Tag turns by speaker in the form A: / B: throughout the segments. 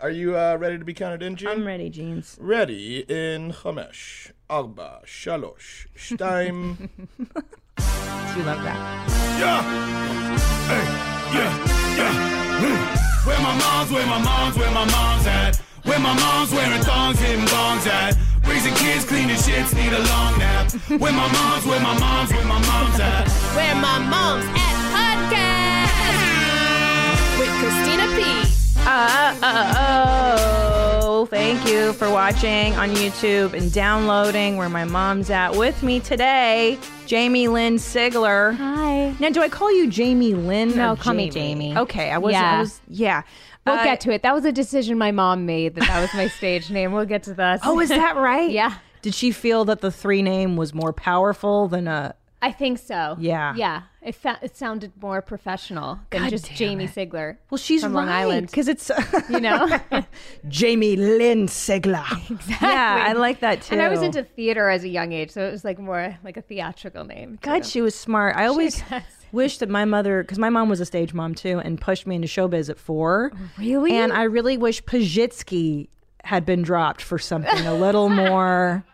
A: Are you uh, ready to be counted in, Gene?
B: I'm ready, jeans.
A: ready in Chamesh, Arba, Shalosh, Shtaim.
B: You love that.
C: Yeah. Hey, yeah, yeah. Mm. Where my mom's, where my mom's, where my mom's at. Where my mom's wearing thongs, hitting bongs at. Raising kids, cleaning shits, need a long nap. Where my mom's, where my mom's, where my mom's at.
D: Where my mom's at podcast with Christina P.
B: Uh, uh, oh, thank you for watching on YouTube and downloading where my mom's at. With me today, Jamie Lynn Sigler.
E: Hi.
B: Now, do I call you Jamie Lynn?
E: No,
B: or
E: call me Jamie.
B: Okay, I was. Yeah. I
E: Yeah.
B: was, yeah.
E: We'll
B: Uh,
E: get to it. That was a decision my mom made that that was my stage name. We'll get to that.
B: Oh, is that right?
E: Yeah.
B: Did she feel that the three name was more powerful than a?
E: I think so.
B: Yeah.
E: Yeah. It, fa- it sounded more professional than
B: God
E: just
B: damn
E: Jamie
B: it.
E: Sigler.
B: Well, she's
E: From Long
B: right,
E: Island.
B: because it's
E: you know?
B: Jamie Lynn Sigler. Exactly. Yeah, I like that too.
E: and I was into theater as a young age, so it was like more like a theatrical name.
B: God, she was smart. I always
E: does.
B: wish that my mother, because my mom was a stage mom too, and pushed me into showbiz at four.
E: Really?
B: And I really wish Pajitsky had been dropped for something a little more.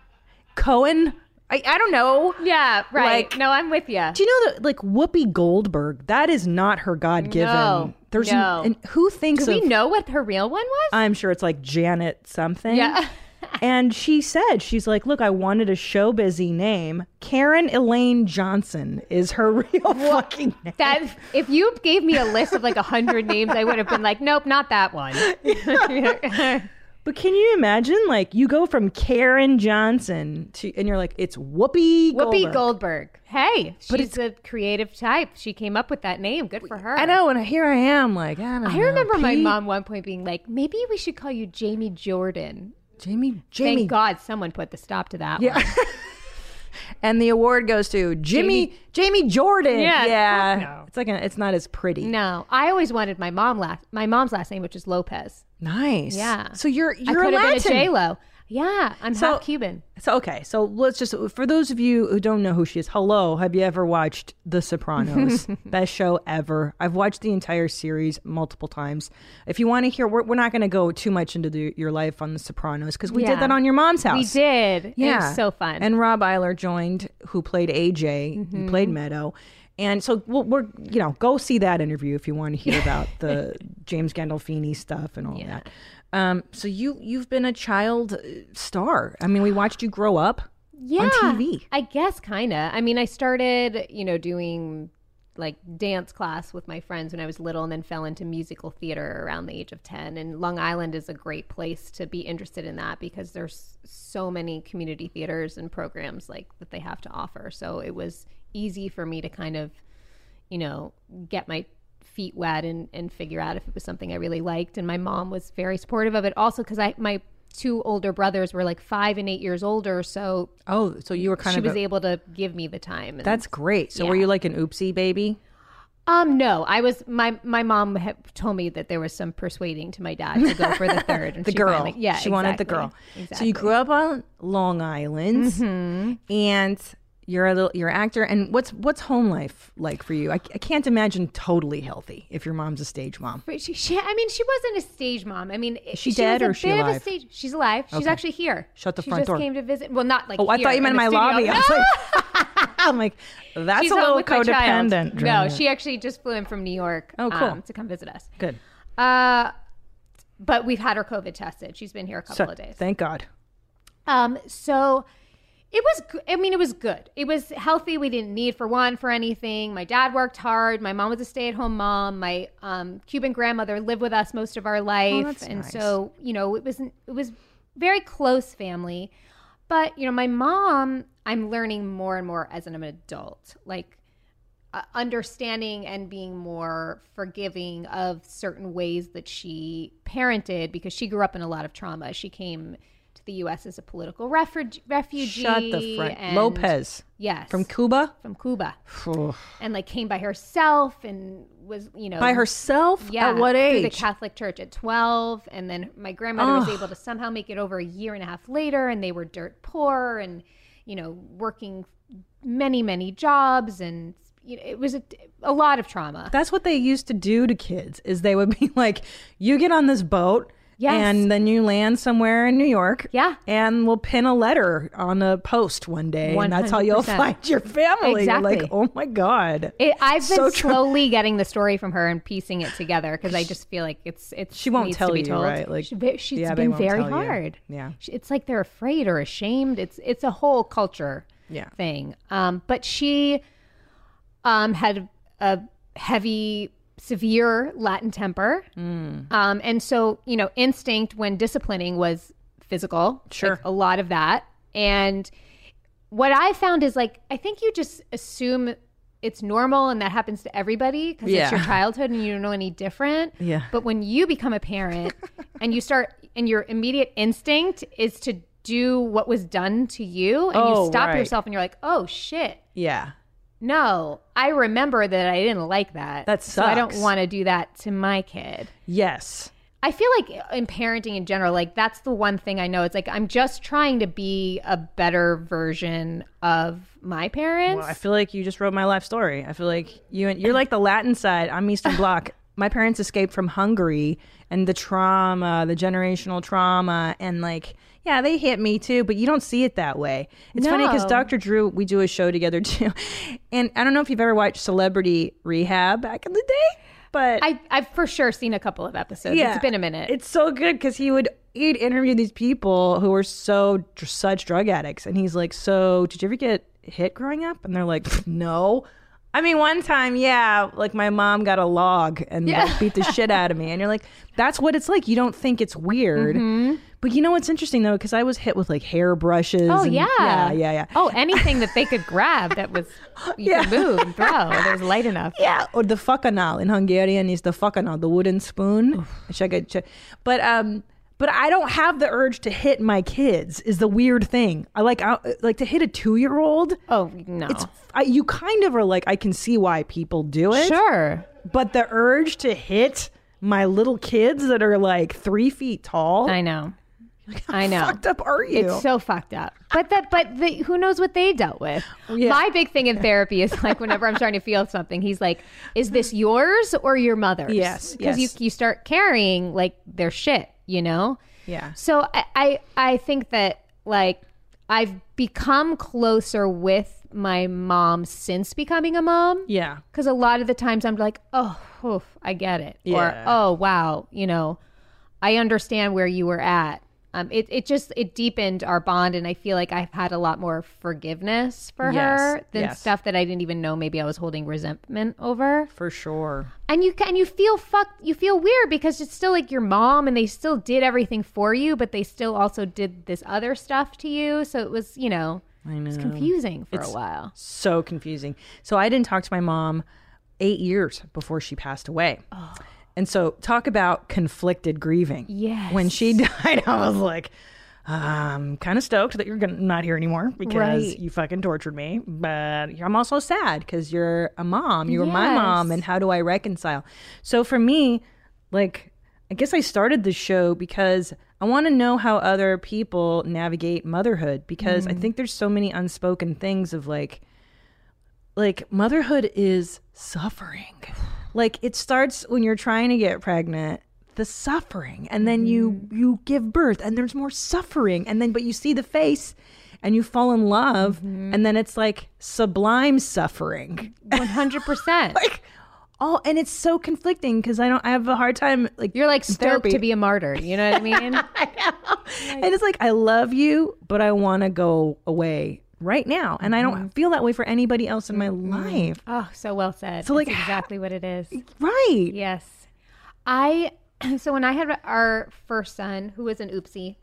B: Cohen? I, I don't know.
E: Yeah, right.
B: Like-
E: no, I'm with you.
B: Do you know that, like, Whoopi Goldberg, that is not her God given.
E: No,
B: There's
E: no.
B: and who thinks
E: Do we
B: of-
E: know what her real one was?
B: I'm sure it's like Janet something.
E: Yeah.
B: and she said, she's like, look, I wanted a show busy name. Karen Elaine Johnson is her real fucking name.
E: That if you gave me a list of like a hundred names, I would have been like, nope, not that one.
B: But can you imagine, like, you go from Karen Johnson to, and you're like, it's Whoopi
E: Whoopi
B: Goldberg.
E: Goldberg. Hey, she's a creative type. She came up with that name. Good for her.
B: I know, and here I am, like, I don't
E: I
B: know,
E: remember my
B: Pete,
E: mom one point being like, maybe we should call you Jamie Jordan.
B: Jamie,
E: Thank
B: Jamie,
E: God someone put the stop to that.
B: Yeah.
E: one.
B: and the award goes to Jimmy, Jamie, Jordan.
E: Yeah,
B: yeah.
E: fuck no.
B: it's like a, it's not as pretty.
E: No, I always wanted my mom last my mom's last name, which is Lopez.
B: Nice.
E: Yeah.
B: So you're
E: I
B: you're
E: could
B: a
E: have been a
B: Latin.
E: J Lo. Yeah, I'm
B: So-
E: half Cuban.
B: So okay, so let's just for those of you who don't know who she is, hello, have you ever watched The Sopranos? Best show ever. I've watched the entire series multiple times. If you want to hear, we're, we're not going to go too much into the, your life on The Sopranos because we
E: Yeah.
B: did that on your mom's house.
E: We did.
B: Yeah,
E: it was so fun.
B: And Rob Eiler joined, who played AJ, who played Meadow. And so we'll, we're you know go see that interview if you want to hear about the James Gandolfini stuff and all that. Um, so you you've been a child uh, star. I mean, we watched you grow up.
E: yeah,
B: TV.
E: I guess kind of. I mean, I started, you know, doing like dance class with my friends when I was little and then fell into musical theater around the age of 10 and Long Island is a great place to be interested in that because there's so many community theaters and programs like that they have to offer. So it was easy for me to kind of you know, get my feet wet and, and figure out if it was something I really liked. And my mom was very supportive of it also because I my two older brothers were like five and eight years older, so
B: Oh, so you were kind
E: she
B: of
E: was
B: a-
E: able to give me the time. And,
B: that's great. So were
E: Yeah.
B: you like an oopsie baby?
E: um no, I was my my mom had told me that there was some persuading to my dad to go for the third. And
B: The
E: she
B: girl.
E: finally- yeah,
B: she wanted the
E: exactly.
B: girl. So
E: Exactly. Mm-hmm.
B: you grew up on Long Island, and you're a little, you're an actor. And what's what's home life like for you? I, I can't imagine totally healthy if your mom's a stage mom.
E: But she, she, I mean, she wasn't a stage mom. I mean,
B: she
E: was
B: dead
E: a
B: or is she
E: bit of a
B: alive?
E: stage- she's alive. She's actually here.
B: Shut the
E: she
B: front
E: just
B: door.
E: Came to visit. Well, not like.
B: Oh, I
E: here,
B: thought you meant in my
E: the studio.
B: lobby. I was like, I'm like, that's
E: She's
B: a
E: home
B: little
E: with my child.
B: codependent.
E: No, she actually just flew in from New York.
B: Oh, cool.
E: um, to come visit us.
B: good.
E: Uh, but we've had her COVID tested. She's been here a couple
B: So,
E: of days.
B: thank God.
E: Um, so it was. g- I mean, it was good. It was healthy. We didn't need for one for anything. My dad worked hard. My mom was a stay-at-home mom. My um, Cuban grandmother lived with us most of our life,
B: Oh, that's
E: and
B: nice.
E: so you know, it was it was very close family. But you know, my mom, I'm learning more and more as an adult, like uh, understanding and being more forgiving of certain ways that she parented because she grew up in a lot of trauma. She came to the U.S. as a political refuge, refugee.
B: Shut the front.
E: and-
B: Lopez
E: Yes.
B: from Cuba
E: from Cuba.
B: Ugh.
E: And like came by herself and was, you know.
B: by herself.
E: Mm-hmm. Yeah.
B: At what
E: through the
B: age?
E: Catholic Church at 12. And then my grandmother was able to somehow make it over a year and a half later. And they were dirt poor and, you know, working many, many jobs. And you know, it was a, a lot of trauma.
B: That's what they used to do to kids is they would be like, you get on this boat
E: Yes.
B: And then you land somewhere in New York.
E: Yeah.
B: And we'll pin a letter on a post one day. And that's how you'll
E: 100%.
B: find your family. You're
E: Exactly.
B: like, oh my God.
E: It, I've been
B: So tra-
E: slowly getting the story from her and piecing it together because I just feel like it's it's
B: She won't
E: needs
B: tell
E: to be
B: you,
E: told.
B: right? Like,
E: she, ve- she's
B: yeah, they
E: been
B: won't
E: very
B: tell you.
E: hard.
B: Yeah.
E: She- it's like they're afraid or ashamed. It's it's a whole culture
B: Yeah.
E: thing. Um, but she um had a heavy, severe Latin temper,
B: Mm.
E: um, and so you know, instinct when disciplining was physical.
B: Sure.
E: like, a lot of that and what I found is like I think you just assume it's normal and that happens to everybody because
B: Yeah.
E: it's your childhood and you don't know any different.
B: Yeah.
E: But when you become a parent and you start and your immediate instinct is to do what was done to you and
B: Oh,
E: you stop
B: right.
E: yourself and you're like, "Oh shit.
B: Yeah.
E: No, I remember that I didn't like that.
B: That
E: So I don't
B: sucks.
E: want to do that to my kid."
B: Yes.
E: I feel like in parenting in general, like that's the one thing I know. It's like I'm just trying to be a better version of my parents.
B: Well, I feel like you just wrote my life story. I feel like you and you're like the Latin side. I'm Eastern Bloc. My parents escaped from Hungary and the trauma, the generational trauma, and like, yeah, they hit me too, but you don't see it that way. It's funny because
E: No.
B: Dr. Drew, we do a show together too. And I don't know if you've ever watched Celebrity Rehab back in the day, but
E: I, I've for sure seen a couple of episodes. It's been a minute.
B: it's so good because he would he'd interview these people who were so dr- such drug addicts, and he's like, "So did you ever get hit growing up?" And they're like, "No." I mean, one time, yeah, like my mom got a log and like, beat the shit out of me, and you're like, "That's what it's like." You don't think it's weird,
E: Mm-hmm.
B: but you know what's interesting though, because I was hit with like hair brushes.
E: oh
B: and-
E: yeah.
B: yeah, yeah, yeah.
E: Oh, anything that they could grab that was you could move and throw. That was light enough.
B: Yeah, Uh, or the fakanal in Hungarian is the fakanal, the wooden spoon. Check it, check. But um, but I don't have the urge to hit my kids. Is the weird thing. I like I, like to hit a two year old.
E: Oh no.
B: I, you kind of are like I can see why people do it.
E: sure.
B: But the urge to hit my little kids that are like three feet tall.
E: I know. I know.
B: Fucked up are you?
E: It's so fucked up. But that, but the, who knows what they dealt with?
B: Yeah.
E: My big thing in therapy is like whenever I'm starting to feel something, he's like, "Is this yours or your mother's?"
B: Yes,
E: because
B: yes.
E: you you start carrying like their shit, you know.
B: yeah.
E: So I, I I think that like I've become closer with my mom since becoming a mom.
B: Yeah.
E: Because a lot of the times I'm like, oh, oof, I get it.
B: Yeah.
E: Or, oh, wow, you know, I understand where you were at. Um, it, it just, it deepened our bond. And I feel like I've had a lot more forgiveness for
B: Yes,
E: her than
B: yes.
E: stuff that I didn't even know maybe I was holding resentment over.
B: For sure.
E: And you can, you feel fucked, you feel weird because it's still like your mom and they still did everything for you, but they still also did this other stuff to you. So it was, you know,
B: I know.
E: it's confusing for a while.
B: so confusing. So I didn't talk to my mom eight years before she passed away.
E: Oh.
B: And so talk about conflicted grieving.
E: Yes.
B: When she died, I was like, I'm kind of stoked that you're gonna not here anymore because
E: Right.
B: you fucking tortured me. But I'm also sad because you're a mom. You were my
E: Yes.
B: mom, and how do I reconcile? So for me, like, I guess I started the show because I want to know how other people navigate motherhood because I think there's so many unspoken things of like, like motherhood is suffering. Like it starts when you're trying to get pregnant, the suffering, and then you you give birth and there's more suffering and then but you see the face and you fall in love and then it's like sublime suffering.
E: 100%.
B: Like all and it's so conflicting cuz I don't I have a hard time like
E: You're like
B: in
E: stoked
B: therapy.
E: to be a martyr. You know what I mean?
B: and it's like I love you, but I want to go away right now and I
E: Mm-hmm.
B: don't feel that way for anybody else in my life.
E: Oh, so well said. So
B: like,
E: like exactly what it is.
B: Right.
E: Yes. I so when I had our first son, who was an oopsie.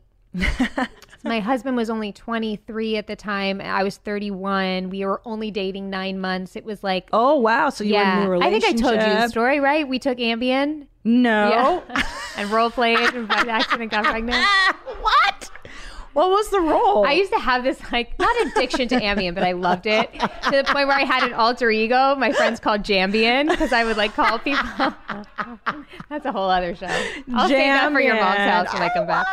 E: my husband was only 23 at the time. I was 31. We were only dating 9 months. It was like
B: Oh wow! So you were in a
E: yeah.
B: new
E: I
B: relationship? Oh.
E: think I told you the story, right? We took Ambien.
B: No.
E: Yeah. and role played and by accident got pregnant.
B: Ah, what? What was the role?
E: I used to have this like not addiction to Ambien, but I loved it to the point where I had an alter ego. My friends called Jambian because I would like call people. That's a whole other show. I'll save that for your mom's
B: Jambian.
E: house when I come back.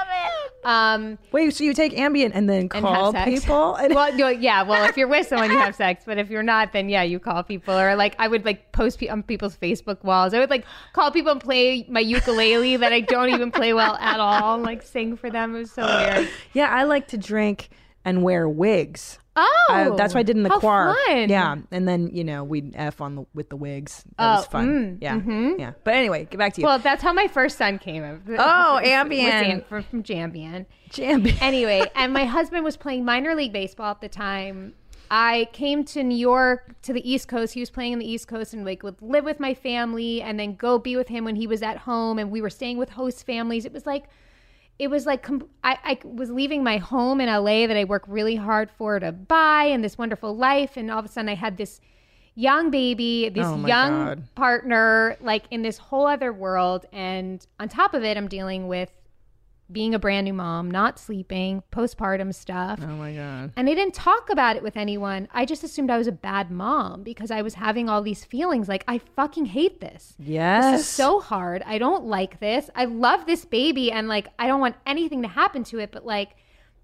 E: Um,
B: Wait, so you take Ambien and then
E: and have
B: call
E: sex.
B: people? And-
E: well, no, yeah. Well, if you're with someone, you have sex. But if you're not, then yeah, you call people. Or like, I would like post pe- on people's Facebook walls. I would like call people and play my ukulele that I don't even play well at all. and, Like sing for them. It was so weird.
B: yeah, I like to drink and wear wigs.
E: Oh,
B: I- that's what I did in the
E: how
B: choir.
E: fun.
B: Yeah, and then you know we'd f on the with the wigs. That was fun. yeah, yeah. But anyway, get back to you.
E: Oh, mm, mm-hmm. Well, that's how my first son came. up.
B: Oh,
E: Was
B: Ambien.
E: Am- from, from Jambian.
B: Ambien.
E: Anyway, and my husband was playing minor league baseball at the time. I came to New York to the East Coast. He was playing in the East Coast and like would live with my family and then go be with him when he was at home. And we were staying with host families. It was like, it was like com- I, I was leaving my home in LA that I worked really hard for to buy and this wonderful life. And all of a sudden I had this young baby, this
B: Oh my
E: young
B: God.
E: partner, like in this whole other world. And on top of it, I'm dealing with being a brand new mom, not sleeping, postpartum stuff.
B: oh my god.
E: And I didn't talk about it with anyone. I just assumed I was a bad mom because I was having all these feelings like, I fucking hate this.
B: Yes.
E: This is so hard. I don't like this. I love this baby and like, I don't want anything to happen to it, but like,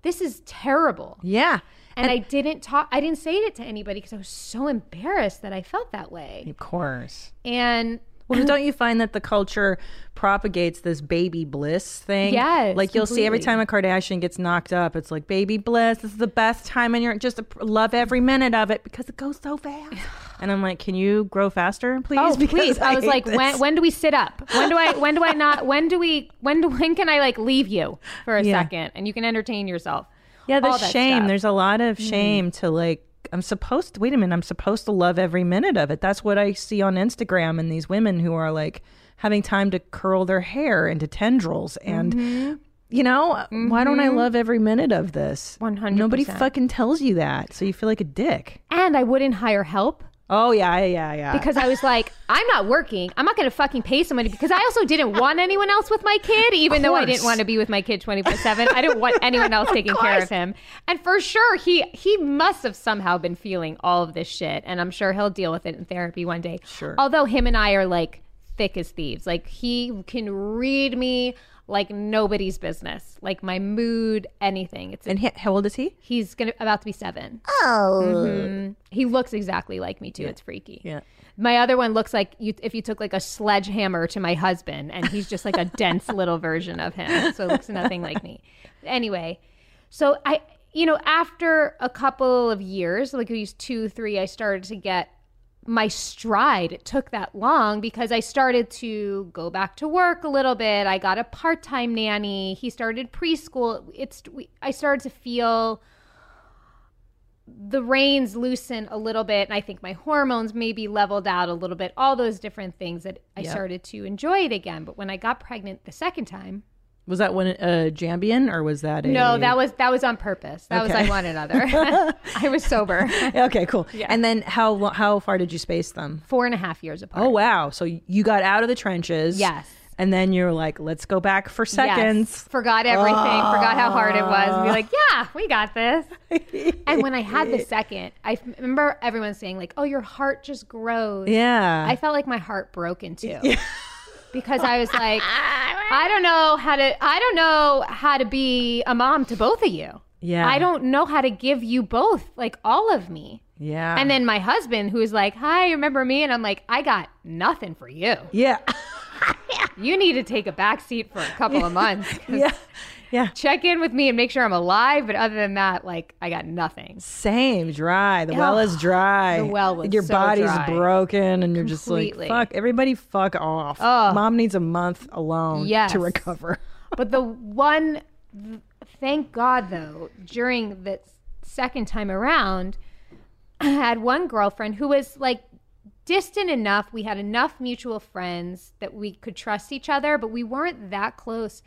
E: this is terrible.
B: yeah.
E: And I didn't talk, I didn't say it to anybody because I was so embarrassed that I felt that way.
B: Of course.
E: And
B: Well, don't you find that the culture propagates this baby bliss thing?
E: Yes,
B: Like you'll see every time
E: completely.
B: a Kardashian gets knocked up, it's like baby bliss. This is the best time, and you're just love every minute of it because it goes so fast. and I'm like, can you grow faster, please?
E: Oh
B: Because
E: please! I, was
B: hate
E: like,
B: this.
E: when when do we sit up? When do I when do I not? When do we when do when can I like leave you for a
B: Yeah.
E: second and you can entertain yourself?
B: yeah,
E: all
B: there's
E: that
B: shame.
E: stuff.
B: There's a lot of shame to like. I'm supposed to wait a minute. I'm supposed to love every minute of it. That's what I see on Instagram and these women who are like having time to curl their hair into tendrils and you know, uh, why don't I love every minute of this?
E: 100%.
B: Nobody fucking tells you that. So you feel like a dick.
E: And I wouldn't hire help
B: Oh, yeah, yeah, yeah.
E: because I was like, I'm not working. I'm not going to fucking pay somebody because I also didn't want anyone else with my kid, even though I
B: course.
E: didn't want to be with my kid 24 seven. I didn't want anyone else taking care of him. And for sure, he he must have somehow been feeling all of this shit, and I'm sure he'll deal with it in therapy one day.
B: Sure.
E: Although him and I are like thick as thieves. Like he can read me like nobody's business. Like my mood, anything. It's
B: and he, how old is he?
E: he's gonna about to be seven. Oh, he looks exactly like me too. It's freaky.
B: Yeah.
E: My other one looks like you if you took like a sledgehammer to my husband, and he's just like a dense little version of him, so it looks nothing like me. Anyway, so I, you know, after a couple of years, like these two, three, I started to get my stride. It took that long because I started to go back to work a little bit. I got a part time nanny. He started preschool. It's we, I started to feel the reins loosen a little bit and i think my hormones maybe leveled out a little bit all those different things that i started to enjoy it again but when i got pregnant the second time
B: Was that when uh, Jambian or was that a.
E: no that was that was on purpose that was
B: Okay.
E: i want another i was sober
B: Okay, cool. And then how lo- how far did you space them?
E: four and a half years apart
B: Oh, wow. So you got out of the trenches.
E: Yes.
B: And then you're like, let's go back for
E: Yes.
B: seconds. Ah.
E: Forgot everything. Forgot how hard it was. And be like, yeah, we got this. and when I had the second, I f- remember everyone saying like, oh, your heart just grows.
B: Yeah.
E: I felt like my heart broke in two. Because I was like, I don't know how to I don't know how to be a mom to both of you.
B: Yeah.
E: I don't know how to give you both, like all of me.
B: yeah.
E: And then my husband who's like, Hi, remember me? And I'm like, I got nothing for you.
B: Yeah.
E: You need to take a back seat for a couple of months. 'cause
B: yeah. Yeah.
E: Check in with me and make sure I'm alive, but other than that, like I got nothing.
B: Same, dry. The well is dry.
E: the well was
B: Your
E: so
B: body's
E: dry.
B: broken, and you're
E: Completely.
B: just like, fuck, everybody fuck off.
E: Ugh.
B: Mom needs a month alone
E: Yes.
B: to recover.
E: But the one, th- thank God though, during the second time around, I had one girlfriend who was like distant enough. We had enough mutual friends that we could trust each other, but we weren't that close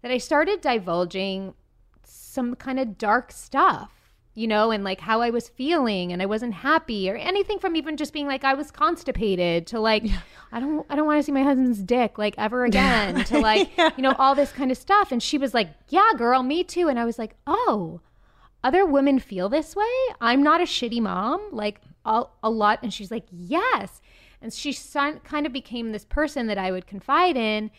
E: that I started divulging some kind of dark stuff, you know, and like how I was feeling and I wasn't happy or anything from even just being like I was constipated to like I don't I don't want to see my husband's dick like ever again to like you know all this kind of stuff and she was like, "Yeah, girl, me too." And I was like, "Oh, other women feel this way? I'm not a shitty mom." Like a, a lot and she's like, "Yes." And she son- kind of became this person that I would confide in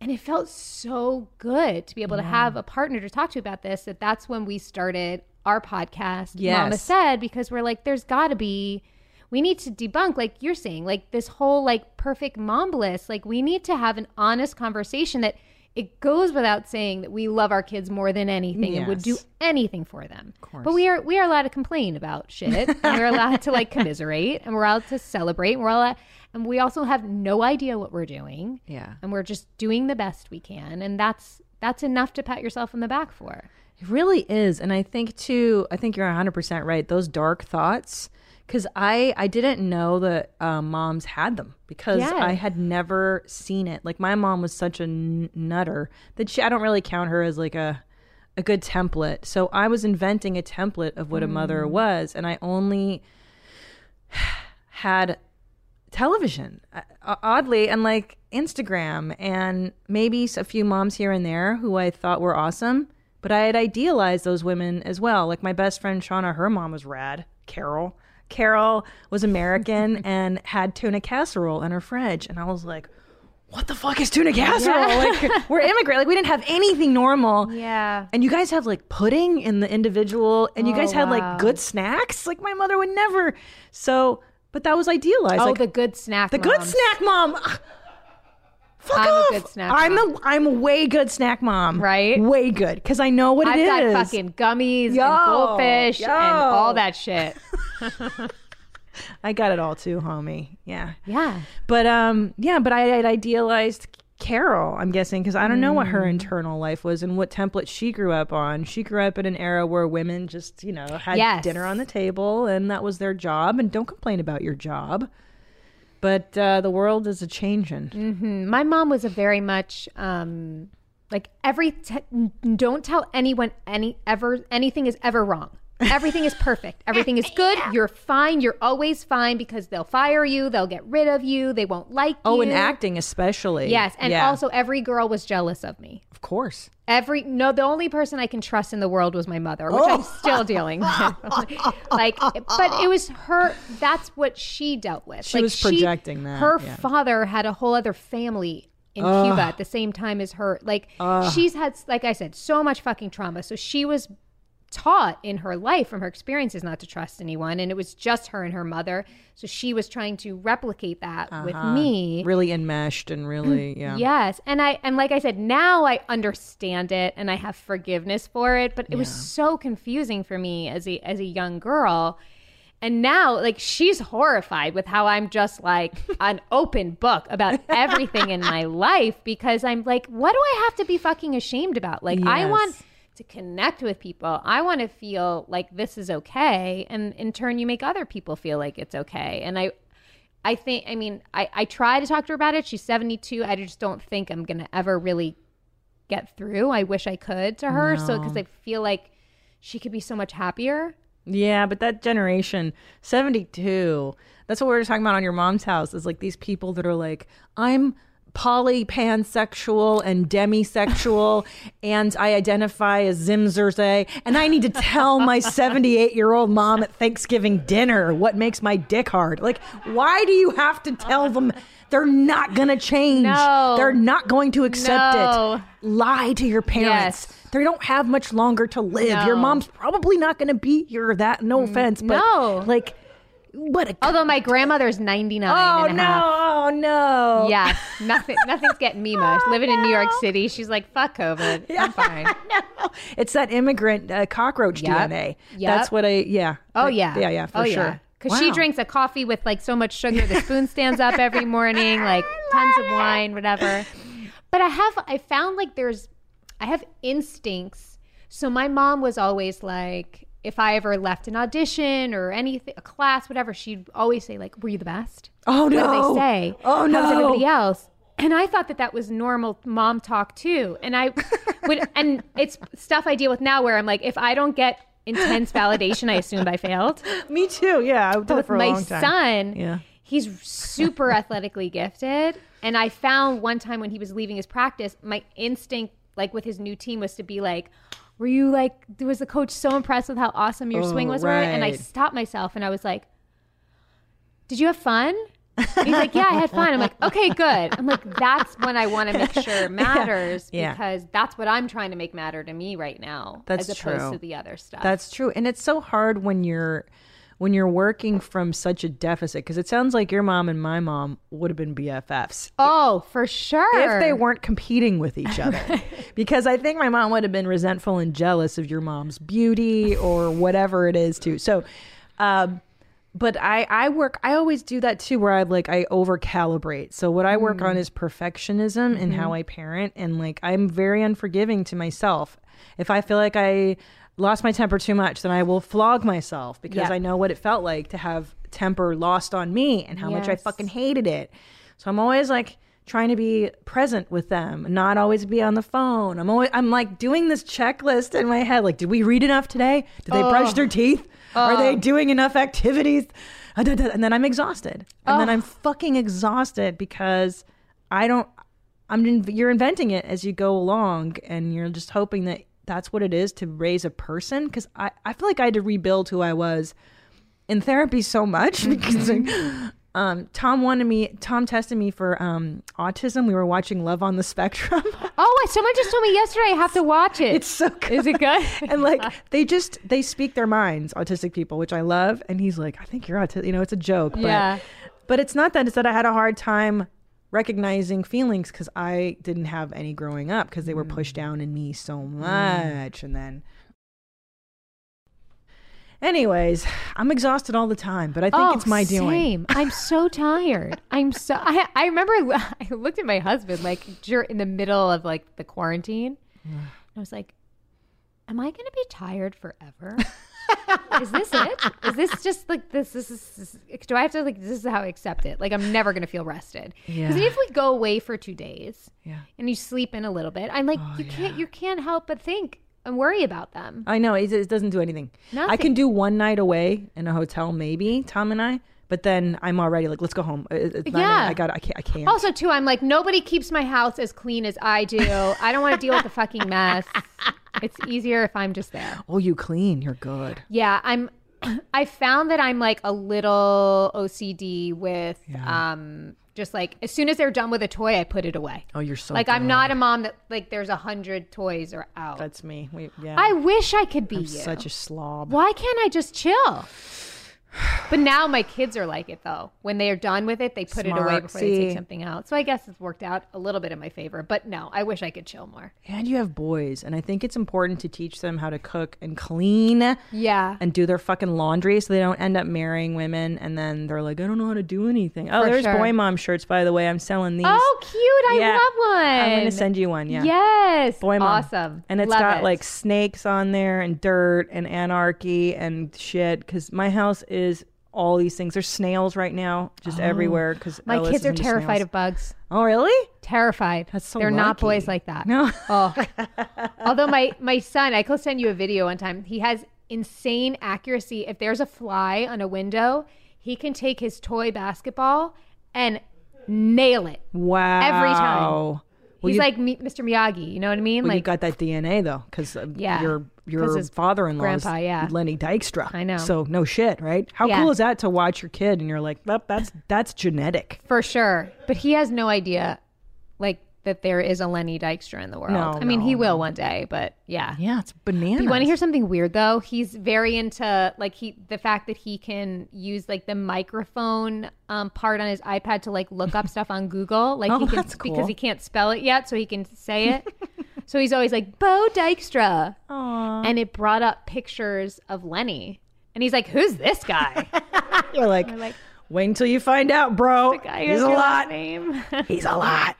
E: And it felt so good to be able to have a partner to talk to about this that that's when we started our podcast, Mama
B: Yes.
E: Said, because we're like, there's got to be, we need to debunk, like you're saying, like this whole like perfect mom bliss. Like we need to have an honest conversation that it goes without saying that we love our kids more than anything and would do
B: Yes.
E: anything for them. But we are we are allowed to complain about shit. and we're allowed to like commiserate and we're allowed to celebrate. And we're allowed, and we also have no idea what we're doing.
B: Yeah.
E: And we're just doing the best we can. And that's that's enough to pat yourself on the back for.
B: It really is. And I think too, I think you're 100% right. Those dark thoughts, because I, I didn't know that uh, moms had them because
E: Yes.
B: I had never seen it. Like my mom was such a n- nutter that she, I don't really count her as like a, a good template. So I was inventing a template of what a mother was. And I only had television, uh, oddly, and like Instagram, and maybe s- a few moms here and there who I thought were awesome. But I had idealized those women as well. Like my best friend Shauna, her mom was rad, Carol. Carol was American and had tuna casserole in her fridge. And I was like, what the fuck is tuna casserole? Like, we're immigrant. Like, we didn't have anything normal.
E: Yeah.
B: And you guys have like pudding in the individual, and you
E: Oh,
B: guys had
E: wow.
B: like good snacks. Like, my mother would never. So, but that was idealized.
E: Oh,
B: like,
E: the good snack.
B: the good
E: moms.
B: snack mom. Ugh. Fuck
E: I'm a
B: off.
E: good snack
B: I'm
E: mom.
B: a I'm a way good snack mom.
E: Right?
B: Way good because I know what
E: I've
B: it is.
E: got fucking gummies
B: Yo,
E: and goldfish
B: yo.
E: and all that shit.
B: I got it all too, homie. Yeah.
E: Yeah.
B: But um, yeah. But I had idealized Carol. I'm guessing because I don't know what
E: Mm.
B: her internal life was and what template she grew up on. She grew up in an era where women just you know had
E: Yes.
B: dinner on the table and that was their job. And don't complain about your job. But uh, the world is a changing.
E: my mom was a very much um like every t- don't tell anyone any ever anything is ever wrong everything is perfect everything is good you're fine you're always fine because they'll fire you they'll get rid of you they won't like you
B: Oh, and acting especially.
E: Mm-hmm. yes and
B: Yeah.
E: also every girl was jealous of me
B: of course.
E: Every no, the only person I can trust in the world was my mother, which I'm
B: Oh.
E: still dealing with. like, but it was her. That's what she dealt with. She like,
B: was projecting that,
E: Her
B: yeah.
E: father had a whole other family in Cuba at the same time as her. Like, she's had, like I said, so much fucking trauma. So she was taught in her life from her experiences not to trust anyone, and it was just her and her mother. So she was trying to replicate that with
B: Uh-huh.
E: me.
B: really enmeshed and
E: Mm,
B: really yeah
E: Yes, and I and like I said, now I understand it and I have forgiveness for it, but it was so confusing for me as a as a young girl. And now like she's horrified with how I'm just like an open book about everything in my life because I'm like what do I have to be fucking ashamed about? Like I
B: Yes.
E: want to connect with people. I want to feel like this is okay and in turn you make other people feel like it's okay. And I I think I mean I I try to talk to her about it. She's 72. I just don't think I'm going to ever really get through. I wish I could to her so cuz I feel like she could be so much happier.
B: yeah but that generation 72 that's what we were talking about on your mom's house is like these people that are like i'm poly pansexual and demisexual and i identify as zimzerze and i need to tell my 78 year old mom at thanksgiving dinner what makes my dick hard like why do you have to tell them they're not gonna change
E: No.
B: they're not going to accept
E: No.
B: it lie to your parents
E: Yes.
B: they don't have much longer to live. Your
E: No. Mm,
B: mom's probably not going to be here. That no offense, but
E: no. Oh,
B: like, what a
E: Although my grandmother's 99
B: oh
E: and a
B: no,
E: half.
B: oh no, Oh,
E: Yes, nothing nothing's getting me much. Living in New York City, she's like fuck COVID. I'm fine.
B: It's that immigrant uh, cockroach
E: Yep.
B: DNA.
E: Yep.
B: That's what I yeah.
E: Oh
B: I-
E: yeah,
B: yeah yeah for
E: oh,
B: sure.
E: Because she
B: Wow.
E: drinks a coffee with like so much sugar, the spoon stands up every morning, like tons of wine, whatever. But I have, I found like there's, I have instincts. So my mom was always like, if I ever left an audition or anything, a class, whatever, she'd always say like, "Were you the best?"
B: Oh no,
E: what do they say?
B: Oh no,
E: How's everybody else? And I thought that that was normal mom talk too. And I would, and it's stuff I deal with now where I'm like, if I don't get intense validation, I assumed I failed.
B: Me too. Yeah, I did it
E: But
B: for a
E: my
B: long time.
E: son,
B: Yeah.
E: he's super athletically gifted. And I found one time when he was leaving his practice, my instinct, like with his new team, was to be like, were you like, was the coach so impressed with how
B: Oh,
E: awesome your swing was? were?" And I
B: right.
E: stopped myself and I was like, did you have fun? He's like, yeah, I had fun. I'm like, okay, good. I'm like, that's what I want to make sure matters
B: Yeah.
E: because that's what I'm trying to make matter to me right now,
B: That's
E: as opposed
B: true.
E: to the other stuff.
B: That's true, and it's so hard when you're when you're working from such a deficit because it sounds like your mom and my mom would have been BFFs
E: oh, for sure.
B: if they weren't competing with each other. Because I think my mom would have been resentful and jealous of your mom's beauty or whatever it is too. So, um, but I I work I always do that too where I like I over calibrate. So what I work
E: Mm.
B: on is perfectionism and
E: Mm-hmm.
B: how I parent and like I'm very unforgiving to myself. If I feel like I lost my temper too much, then I will flog myself because
E: Yeah.
B: I know what it felt like to have temper lost on me and how much I
E: Yes.
B: fucking hated it. So I'm always like trying to be present with them, not always be on the phone. I'm always I'm like doing this checklist in my head. Like, did we read enough today? Did they brush their teeth? Are they doing enough activities? Ah, da, da, And then I'm exhausted. And then I'm fucking exhausted because I don't. I'm in, you're inventing it as you go along, and you're just hoping that that's what it is to raise a person. Because I, I feel like I had to rebuild who I was in therapy so much because like,
E: Mm-hmm.
B: um, Tom wanted me. Tom tested me for um, autism. We were watching Love on the Spectrum.
E: oh, someone just told me yesterday I have to watch it.
B: it's so good.
E: Is it good?
B: and like they just they speak their minds, autistic people, which I love. And he's like, I think you're autistic. You know, it's a joke.
E: Yeah.
B: But, but it's not that. It's that I had a hard time recognizing feelings because I didn't have any growing up because they were
E: Mm.
B: pushed down in me so much. And then. Anyways, I'm exhausted all the time, but I think it's my doing.
E: Oh, Same. I'm so tired. I'm so. I, I remember I looked at my husband like dur- in the middle of like the quarantine. And I was like, "Am I going to be tired forever? is this it? Is this just like this? This is. this- do I have to like? This is how I accept it. Like I'm never going to feel rested.
B: Yeah.
E: Because if we go away for two days,
B: Yeah.
E: and you sleep in a little bit, I'm like,
B: Oh,
E: you can't. You can't help but think and worry about them.
B: I know it, it doesn't do anything. I can
E: Nothing.
B: do one night away in a hotel, maybe Tom and I. But then I'm already like, let's go home. It- it's 9 a.m.
E: Yeah. Oh.
B: I got. I can't. I can't.
E: Also, too, I'm like, nobody keeps my house as clean as I do. I don't want to deal with the fucking mess. It's easier if I'm just there.
B: oh, you clean. You're good.
E: Yeah, I'm. I found that I'm like a little OCD with um, just like as soon as they're done with a toy, I put it away.
B: Oh, you're so.
E: like I'm
B: good.
E: not a mom that like there's a hundred toys are out.
B: That's me. We, yeah.
E: I wish I could be
B: am
E: you.
B: such a slob.
E: Why can't I just chill? But now my kids are like it though. When they are done with it, they put it away
B: Smart.
E: before they
B: See.
E: take something out. So I guess it's worked out a little bit in my favor. But no, I wish I could chill more.
B: And you have boys, and I think it's important to teach them how to cook and clean.
E: Yeah.
B: And do their fucking laundry so they don't end up marrying women and then they're like, I don't know how to do anything. Oh,
E: For
B: there's
E: sure.
B: boy mom shirts, by the way. I'm selling these.
E: Oh, cute! I
B: Yeah.
E: love one.
B: I'm gonna send you one, yeah.
E: Yes.
B: Boy Mom.
E: Awesome.
B: And
E: it's
B: it's got like snakes on there and dirt and anarchy and shit. Because my house is all these things. There's snails right now just everywhere. Because
E: Oh. my kids are terrified of bugs.
B: Oh, really?
E: Terrified.
B: That's so
E: They're not
B: lucky.
E: boys like that.
B: No.
E: Oh. Although my my son, I could send you a video one time. He has insane accuracy. If there's a fly on a window, he can take his toy basketball and nail it.
B: Wow.
E: time.
B: Well,
E: He's
B: you-
E: like Mi- Mr. Miyagi. You know what I mean?
B: Well,
E: like
B: you got that DNA though, because
E: Yeah.
B: your
E: 'Cause
B: your
E: his
B: father-in-law
E: grandpa, yeah.
B: Lenny Dykstra.
E: I know.
B: So no shit, right? How
E: Yeah.
B: cool is that to watch your kid and you're like, "Yep, that's that's genetic.
E: for sure. But he has no idea, like that there is a Lenny Dykstra in the world.
B: No,
E: I mean,
B: no,
E: he will one day, but yeah.
B: Yeah, it's bananas.
E: You want to hear something weird though? He's very into like he the fact that he can use like the microphone um, part on his iPad to like look up stuff on Google. Like
B: Oh,
E: he can
B: that's cool.
E: because he can't spell it yet, so he can say it. so he's always like Bo Dykstra, and it brought up pictures of Lenny, and he's like, "Who's this guy?"
B: You're like,
E: like-
B: wait until you find out, bro.
E: guy
B: He's
E: who
B: a
E: has your
B: lot.
E: last Name.
B: He's a lot.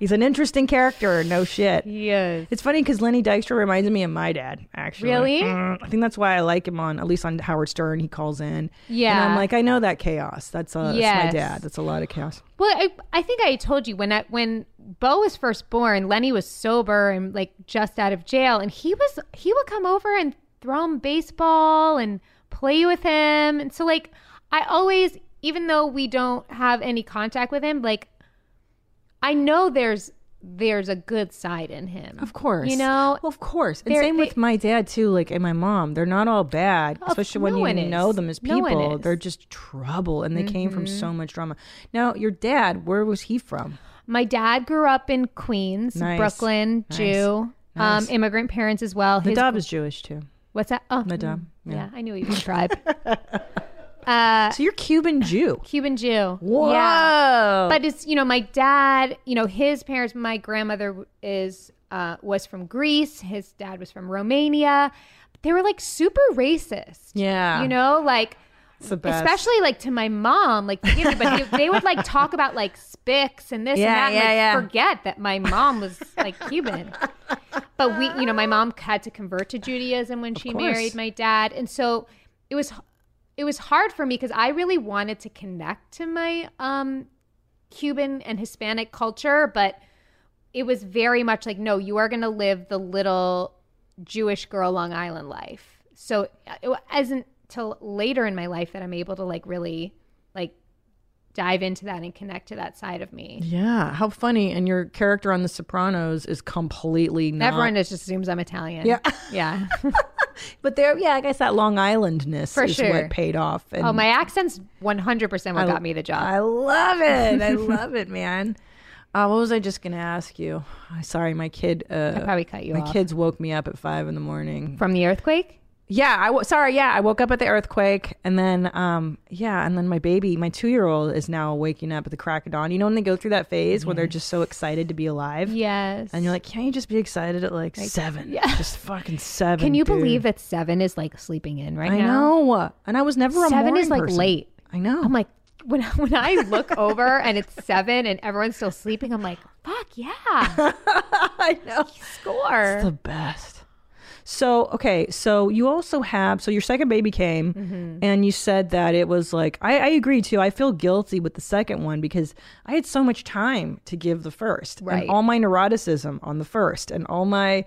B: He's an interesting character. No shit.
E: he is.
B: It's funny because Lenny Dykstra reminds me of my dad, actually.
E: Really?
B: Mm, I think that's why I like him on, at least on Howard Stern. He calls in.
E: Yeah.
B: And I'm like, I know that chaos. That's, uh, that's my
E: Yes.
B: dad. That's a lot of chaos.
E: Well, I, I think I told you when I, when Bo was first born, Lenny was sober and like just out of jail, and he was he would come over and throw him baseball and play with him, and so like I always, even though we don't have any contact with him, like I know there's there's a good side in him.
B: Of course.
E: You know,
B: Well, of course. And
E: they're-
B: same
E: they-
B: with my dad too, like and my mom. They're not all bad,
E: Of-
B: especially
E: no
B: when
E: one
B: you
E: is.
B: know them as
E: No
B: people.
E: one is. Mm-hmm.
B: they're just trouble and they came from so much drama. Now, your dad, where was he from?
E: My dad grew up in Queens,
B: Nice.
E: Brooklyn,
B: Nice.
E: Jew, Um, immigrant parents as well. His,
B: Nadav is Jewish too.
E: what's that? Oh,
B: Nadav.
E: Yeah.
B: Yeah.
E: I knew he was a tribe.
B: So you're Cuban Jew.
E: Cuban Jew.
B: Whoa.
E: Uh, Yeah. But it's you know my dad, you know his parents. My grandmother is uh, was from Greece. His dad was from Romania. They were like super racist.
B: Yeah.
E: you know like
B: It's the best.
E: especially like to my mom. Like forgive me, but they, they would like talk about like spics and this
B: Yeah,
E: and that.
B: yeah,
E: and, like,
B: yeah.
E: Forget that my mom was like Cuban. But we, you know, my mom had to convert to Judaism when she
B: course.
E: married my dad, and so it was it was hard for me because I really wanted to connect to my um, Cuban and Hispanic culture, but it was very much like, no, you are going to live the little Jewish girl Long Island life. So uh, it wasn't till later in my life that I'm able to like really like dive into that and connect to that side of me.
B: Yeah. How funny. And your character on The Sopranos is completely not.
E: Everyone just assumes I'm Italian.
B: Yeah.
E: yeah.
B: But there, yeah, I guess that Long Islandness
E: For
B: is
E: sure.
B: what paid off. And
E: Oh, my accent's 100% what got me the job.
B: Hmm. I love it. I love it, man. Uh, what was I just gonna ask you? I'm sorry, my kid. Uh,
E: probably cut you
B: my
E: off.
B: kids woke me up at five in the morning.
E: From the earthquake?
B: Yeah, I w- sorry. Yeah, I woke up at the earthquake, and then um, yeah, and then my baby, my two year old, is now waking up at the crack of dawn. You know when they go through that phase where they're just so excited to be alive,
E: Yes.
B: and you're like, can't you just be excited at like, seven? Yeah, just fucking seven.
E: Can you
B: dude."
E: believe that seven is like sleeping in right
B: I
E: now?
B: know, and I was never a
E: Seven
B: morning
E: is like
B: person.
E: late. Oh
B: I know.
E: I'm like, when, when I look over and it's seven and everyone's still sleeping, I'm like, fuck yeah,
B: I know.
E: score.
B: the best. So okay, so you also have so your second baby came, and you said that it was like I, I agree too. I feel guilty with the second one because I had so much time to give the first,
E: Right.
B: And all my neuroticism on the first, and all my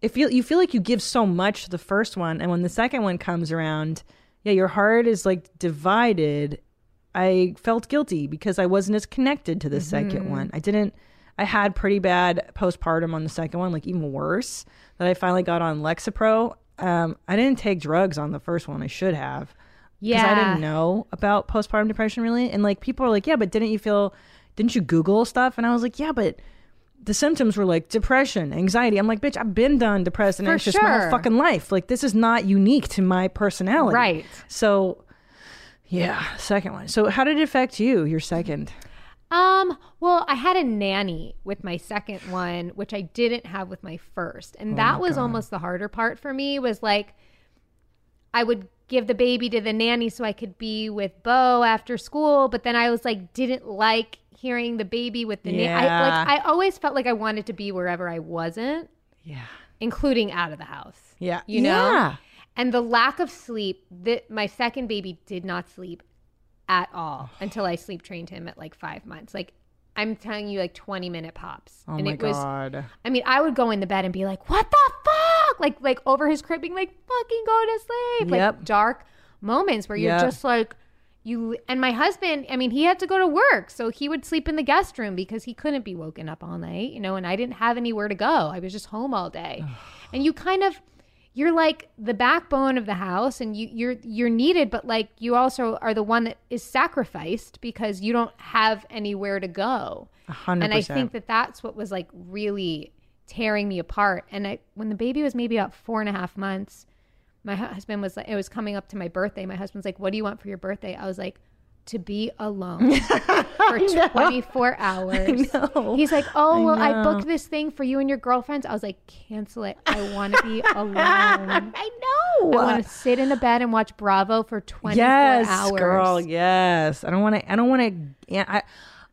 B: it feel you feel like you give so much to the first one, and when the second one comes around, yeah, your heart is like divided. I felt guilty because I wasn't as connected to the second one. I didn't. I had pretty bad postpartum on the second one, like even worse. That I finally got on Lexapro. Um, I didn't take drugs on the first one. I should have. Because I
E: Yeah.
B: didn't know about postpartum depression really. And like people are like, yeah, but didn't you feel? Didn't you Google stuff? And I was like, yeah, but the symptoms were like depression, anxiety. I'm like, bitch, I've been done depressed and
E: For
B: anxious my
E: sure.
B: whole fucking life. Like this is not unique to my personality.
E: Right.
B: So yeah, second one. So how did it affect you, your second?
E: Um, well, I had a nanny with my second one, which I didn't have with my first. And that was almost the harder part for me was like I would give the baby to the nanny so I could be with Bo after school, but then I was like didn't like hearing the baby with the nanny. I
B: Yeah.
E: like I always felt like I wanted to be wherever I wasn't,
B: Yeah.
E: including out of the house.
B: Yeah.
E: You know?
B: Yeah.
E: And the lack of sleep, that my second baby did not sleep at all until I sleep trained him at like five months. Like I'm telling you, like 20 minute pops.
B: Oh
E: and
B: my
E: it was,
B: god.
E: I mean, I would go in the bed and be like, what the fuck? Like, like over his crib being like, fucking go to sleep. Like
B: Yep.
E: dark moments where you're
B: Yep.
E: just like, you and my husband, I mean, he had to go to work, so he would sleep in the guest room because he couldn't be woken up all night, you know, and I didn't have anywhere to go. I was just home all day. and you kind of you're like the backbone of the house and you you're you're needed, but like you also are the one that is sacrificed because you don't have anywhere to go.
B: A hundred
E: And I
B: percent.
E: think that that's what was like really tearing me apart. And I, when the baby was maybe about four and a half months, my hu- husband was like, it was coming up to my birthday. My husband's like, what do you want for your birthday? I was like, to be alone for 24 hours.
B: know.
E: He's like, oh, well, I booked this thing for you and your girlfriends. I was like, cancel it. I want to be alone. I
B: know.
E: want to sit in a bed and watch Bravo for 24
B: yes,
E: hours.
B: girl. Yes, I don't want to. I don't want to. Yeah, I,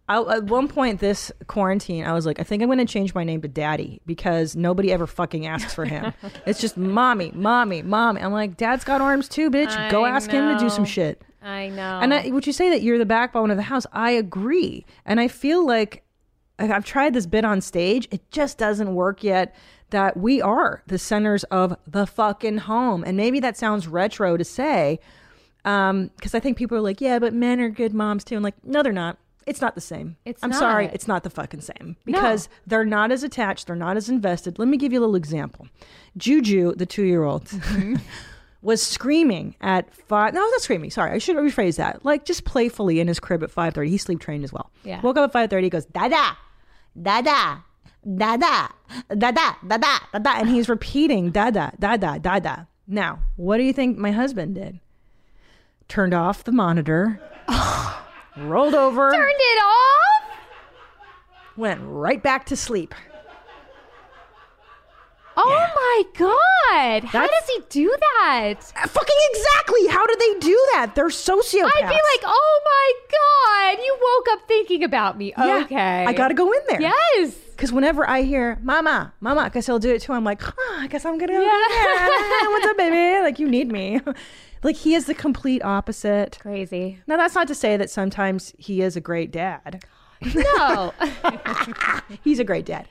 B: I. At one point this quarantine, I was like, I think I'm going to change my name to Daddy because nobody ever fucking asks for him. it's just mommy, mommy, mommy. I'm like, Dad's got arms too, bitch. Go
E: I
B: ask him to do some
E: know.
B: shit.
E: I know.
B: And I, would you say that you're the backbone of the house? I agree, and I feel like like, I've tried this bit on stage. It just doesn't work yet. That we are the centers of the fucking home, and maybe that sounds retro um, to say, because I think people are like, yeah, but men are good moms too. I'm like, no, they're not. it's not the same.
E: It's
B: I'm sorry,
E: not.
B: it's not the fucking same because they're not as attached, they're not as invested. Let me give you a little example. Juju, the two year old,
E: Mm-hmm.
B: was screaming at five. No, not screaming. Sorry, I should rephrase that. Like just playfully in his crib at five thirty. He sleep trained as well.
E: Yeah.
B: Woke up at five thirty. He goes dada, dada, dada, dada, dada, dada, and he's repeating dada, dada, dada. Now, what do you think my husband did? Turned off the monitor. Rolled over,
E: Turned it off?
B: went right back to sleep.
E: Oh my god. How
B: That's-
E: does he do that?
B: Uh, Fucking exactly! How do they do that? They're sociopaths.
E: I'd be like, "Oh my god, you woke up thinking about me."
B: Yeah,
E: okay.
B: I gotta go in there.
E: Yes.
B: Because whenever I hear "mama, mama," I guess he'll do it too. I'm like, huh, I guess I'm gonna. Yeah. What's up, baby? Like you need me. like he is the complete opposite.
E: Crazy.
B: Now that's not to say that sometimes he is a great dad.
E: No.
B: He's a great dad,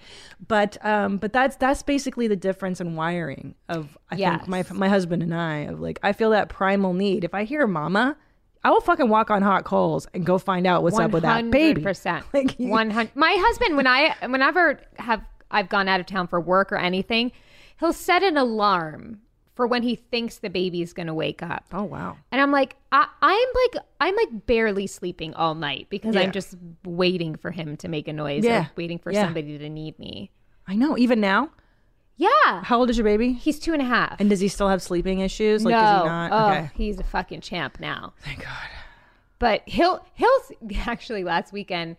B: but um, but that's that's basically the difference in wiring of I
E: Yes.
B: think my my husband and I of like I feel that primal need. If I hear "mama," I will fucking walk on hot coals and go find out what's up with that baby.
E: percent.
B: Like, you-
E: One hundred. My husband, when I whenever have I've gone out of town for work or anything, he'll set an alarm for when he thinks the baby's going to wake up.
B: Oh wow.
E: And I'm like, I, I'm like, I'm like barely sleeping all night because
B: Yeah.
E: I'm just waiting for him to make a noise
B: Yeah.
E: or waiting for
B: Yeah.
E: somebody to need me.
B: I know. Even now,
E: Yeah,
B: how old is your baby?
E: he's two and a half.
B: And does he still have sleeping issues? Like,
E: no,
B: does he not?
E: oh,
B: Okay.
E: he's a fucking champ now.
B: Thank God.
E: but he'll he'll actually last weekend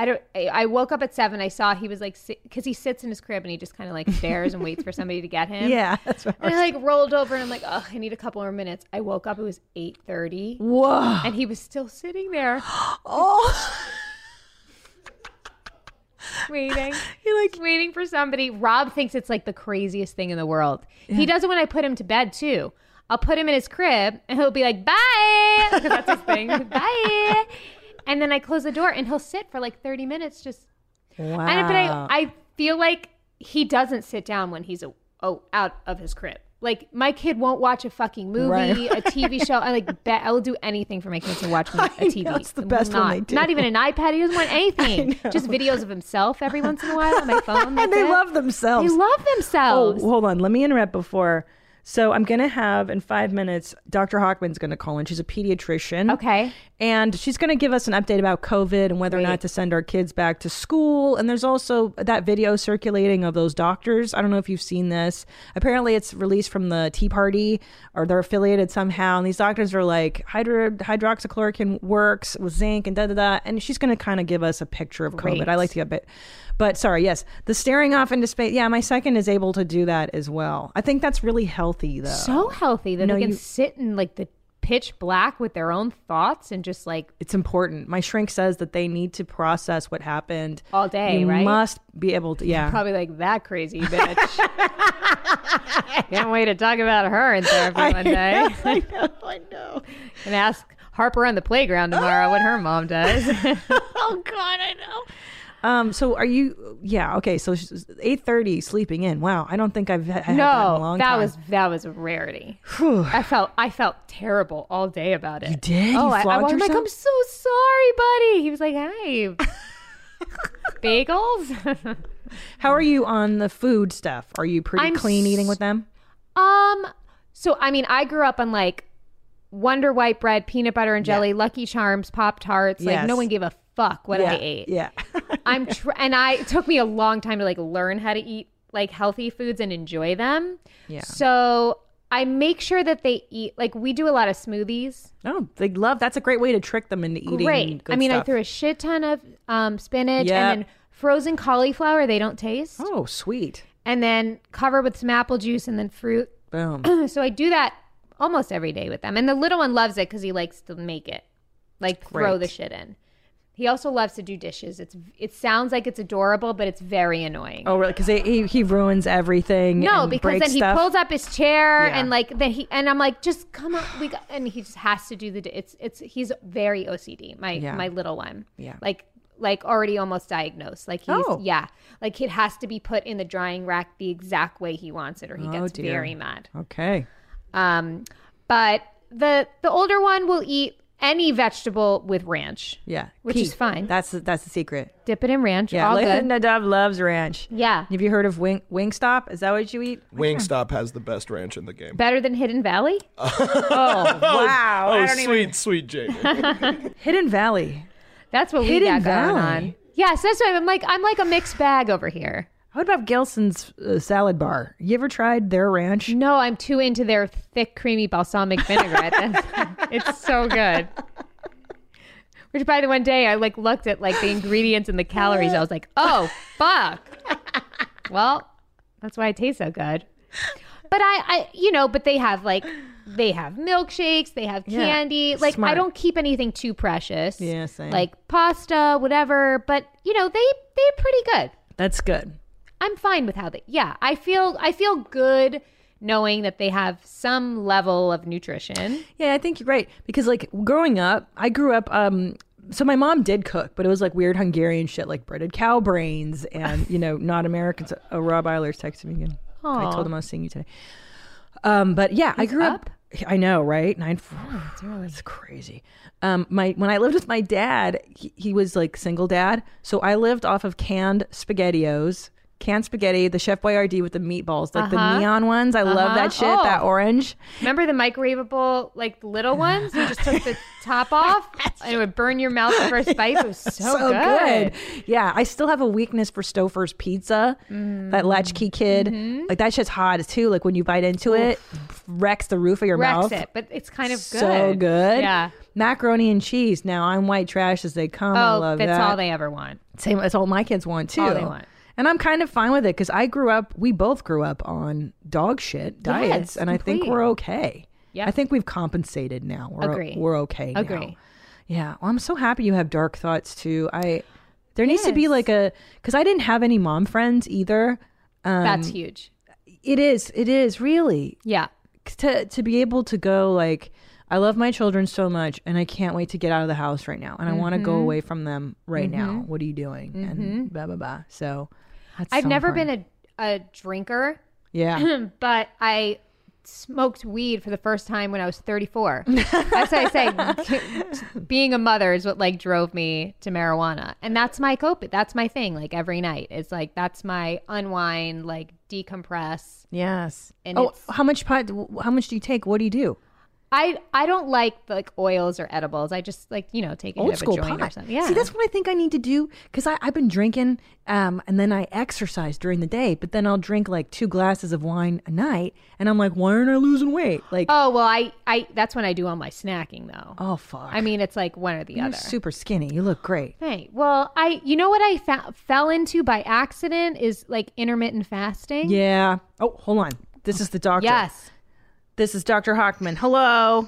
E: i don't i, I woke up at seven i saw he was like because he sits in his crib and he just kind of like stares and waits for somebody to get him
B: Yeah. That's what
E: and i like rolled over and i'm like oh i need a couple more minutes i woke up it was 8.30
B: Whoa.
E: and he was still sitting there
B: Oh.
E: waiting
B: You're like,
E: waiting for somebody rob thinks it's like the craziest thing in the world he does it when i put him to bed too i'll put him in his crib and he'll be like bye 'cause that's his thing bye and then i close the door and he'll sit for like 30 minutes just
B: wow.
E: And but I,
B: Uh.
E: I feel like he doesn't sit down when he's a, oh, out of his crib. Like my kid won't watch a fucking movie,
B: Right.
E: a TV show. I like bet I will do anything for my kids to watch me, a
B: I
E: TV.
B: know, it's the
E: Will
B: best when
E: not,
B: they do.
E: Not even an iPad. He doesn't want anything. Just videos of himself every once in a while on my phone.
B: and
E: that's
B: they
E: it.
B: love
E: They
B: themselves.
E: love
B: Oh,
E: themselves.
B: hold on. Let me interrupt before. So I'm going to have in five minutes, Dr. Hockman's going to call in. She's a pediatrician.
E: Okay.
B: And she's going to give us an update about COVID and whether or not to send our kids back to school. And there's also that video circulating of those doctors. I don't know if you've seen this. Apparently, it's released from the Tea Party or they're affiliated somehow. And these doctors are like, Hydro- hydroxychloroquine works with zinc and da da da. And she's going to kind of give us a picture of COVID. I like to get bit. But sorry, yes, the staring off into space. Yeah, my second is able to do that as well. I think that's really healthy, though.
E: So healthy that they can
B: you-
E: sit in like the pitch black with their own thoughts and just like
B: it's important. My shrink says that they need to process what happened
E: All day,
B: You
E: right?
B: Must be able to, yeah.
E: probably like that crazy bitch. Can't wait to talk about her in therapy one day.
B: I know, I know.
E: and ask Harper on the playground tomorrow what her mom does.
B: Oh God, I know. Um, so are you? Yeah, okay. So eight thirty, sleeping in. Wow, I don't think I've had had that in a
E: no,
B: long
E: that
B: time.
E: was that was a rarity. I felt I felt terrible all day about it. You
B: did?
E: Oh,
B: You
E: I, I
B: flogged
E: was like,
B: yourself?
E: I'm so sorry, buddy. He was like, Hey, bagels.
B: How are you on the food stuff? Are you pretty
E: I'm
B: clean eating with them?
E: um, so I mean, I grew up on like Wonder White bread, peanut butter and jelly, Lucky Charms, Pop Tarts. Like
B: Yes.
E: no one gave a fuck what
B: yeah,
E: I ate.
B: Yeah.
E: I'm tr- and I it took me a long time to like learn how to eat like healthy foods and enjoy them.
B: Yeah.
E: So I make sure that they eat like we do a lot of smoothies.
B: no, Oh, they love. That's a great way to trick them into eating.
E: Great.
B: Good
E: I mean, I
B: stuff.
E: threw a shit ton of um, spinach
B: Yep.
E: and then frozen cauliflower they don't taste,
B: Oh, sweet.
E: and then cover with some apple juice and then fruit.
B: Boom.
E: so I do that almost every day with them, and the little one loves it because he likes to make it, like throw
B: Great.
E: the shit in. He also loves to do dishes. It's it sounds like it's adorable, but it's very annoying.
B: Oh, really? Because he he ruins everything.
E: No,
B: and
E: because
B: breaks
E: then he
B: stuff.
E: pulls up his chair
B: Yeah.
E: and like then he and I'm like, just come on, we got, and he just has to do the. d- It's it's he's very OCD. My
B: Yeah.
E: my little one.
B: Yeah.
E: Like like already almost diagnosed. Like he's
B: Oh.
E: yeah. Like it has to be put in the drying rack the exact way he wants it, or he
B: Oh,
E: gets
B: dear.
E: very mad.
B: Okay.
E: Um, but the the older one will eat any vegetable with ranch.
B: Yeah,
E: Which
B: Key.
E: is fine.
B: That's the- that's the secret.
E: Dip it in ranch.
B: Yeah,
E: all
B: Linda
E: good.
B: Dove loves ranch.
E: Yeah.
B: Have you heard of Wing Wingstop? Is that what you eat?
A: Wingstop has the best ranch in the game.
E: Better than Hidden Valley?
B: Wow.
A: oh,
B: I don't
A: sweet,
B: even-
A: sweet Jamie.
B: Hidden Valley.
E: That's what we
B: Hidden
E: got going
B: Valley.
E: on. Yeah, so that's why I'm like I'm like a mixed bag over here.
F: What about Gelson's uh, salad bar? You ever tried their ranch?
E: No, I'm too into their thick, creamy balsamic vinaigrette. That's- it's so good. Which, by the one day, I like looked at like the ingredients and the calories. I was like, oh fuck. Well, that's why it tastes so good. But I, I, you know, but they have like they have milkshakes, they have candy. Like I
B: Smart.
E: don't keep anything too precious.
B: Yeah, same.
E: Like pasta, whatever. But you know, they they're pretty good.
B: That's good.
E: I'm fine with how they. Yeah, I feel I feel good knowing that they have some level of nutrition.
B: Yeah, I think you're right because like growing up, I grew up. um so my mom did cook, but it was like weird Hungarian shit, like breaded cow brains and you know not Americans. Oh, Rob Eiler's texted me again. I told him I was seeing you today. Um, but yeah, I grew up. I know, right? Nine four. It's crazy. Um, my when I lived with my dad, he, he was like single dad, so I lived off of canned spaghettios, canned spaghetti, the Chef Boyardee with the meatballs, like the neon ones. I love that shit.
E: Oh.
B: That orange.
E: Remember the microwavable like the little ones? You just took the top off and it would burn your mouth the first bite. It was so,
B: so
E: good.
B: Oh, good. Yeah, I still have a weakness for Stouffer's pizza.
E: Mm-hmm.
B: That latchkey kid, like that shit's hot too. Like when you bite into it, wrecks the roof of your
E: Wrecks
B: mouth.
E: it, but it's kind of good.
B: So good.
E: Yeah.
B: Macaroni and cheese. Now I'm white trash as they come. I
E: Oh,
B: love
E: that's
B: that.
E: all they ever want.
B: Same. That's all my kids want too.
E: All they want.
B: And I'm kind of fine with it because I grew up. We both grew up on dog shit diets,
E: Yes,
B: and I think
E: complete.
B: we're okay.
E: Yeah.
B: I think we've compensated now. We're,
E: Agree.
B: We're okay. now.
E: Agree.
B: Yeah. Well, I'm so happy you have dark thoughts too. I there needs to be like a because I didn't have any mom friends either. Um,
E: that's huge.
B: It is. It is really
E: Yeah.
B: to to be able to go like I love my children so much and I can't wait to get out of the house right now and I want to
E: Mm-hmm.
B: go away from them right now. What are you doing? And blah blah blah. So that's
E: I've
B: so
E: never
B: important.
E: been a a drinker,
B: yeah.
E: but I smoked weed for the first time when I was 34. that's what I say. Being a mother is what like drove me to marijuana, and that's my cope. That's my thing. Like every night, it's like that's my unwind, like decompress.
B: yes.
E: And
B: oh,
E: it's-
B: how much pot? How much do you take? What do you do?
E: I I don't like like oils or edibles. I just like you know taking
B: old
E: it
B: school
E: of a joint or
B: pot.
E: something. Yeah,
B: See, that's what I think I need to do because I've been drinking, um, and then I exercise during the day, but then I'll drink like two glasses of wine a night, and I'm like, why aren't I losing weight? Like, oh,
E: oh well, I I that's when I do all my snacking though.
B: fuck,
E: I mean, it's like one or the
B: you're
E: other.
B: super skinny. You look great.
E: Hey, well, I you know what I fa- fell into by accident is like intermittent fasting.
B: Yeah. Oh, hold on. This is the doctor.
E: Yes.
B: This is Dr. Hockman. Hello.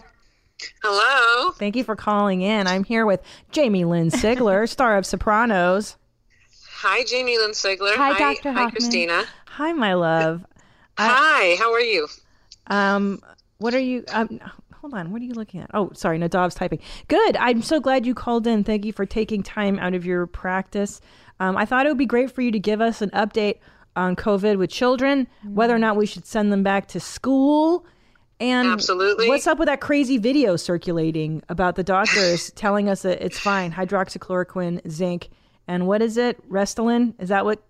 G: Hello.
B: Thank you for calling in. I'm here with Jamie Lynn Sigler, star of Sopranos.
G: Hi, Jamie Lynn Sigler.
E: Hi, Dr.
G: Hi,
E: Hoffman. Uh,
G: Christina.
B: Hi, my love.
G: Hi, how are you?
B: Um, what are you? Um, hold on. What are you looking at? Oh, sorry. Nadav's typing. Good. I'm so glad you called in. Thank you for taking time out of your practice. Um, I thought it would be great for you to give us an update on COVID with children, whether or not we should send them back to school. And
G: Absolutely.
B: What's up with that crazy video circulating about the doctors telling us that it's fine? Hydroxychloroquine, zinc, and what is it? Restylane? Is that what?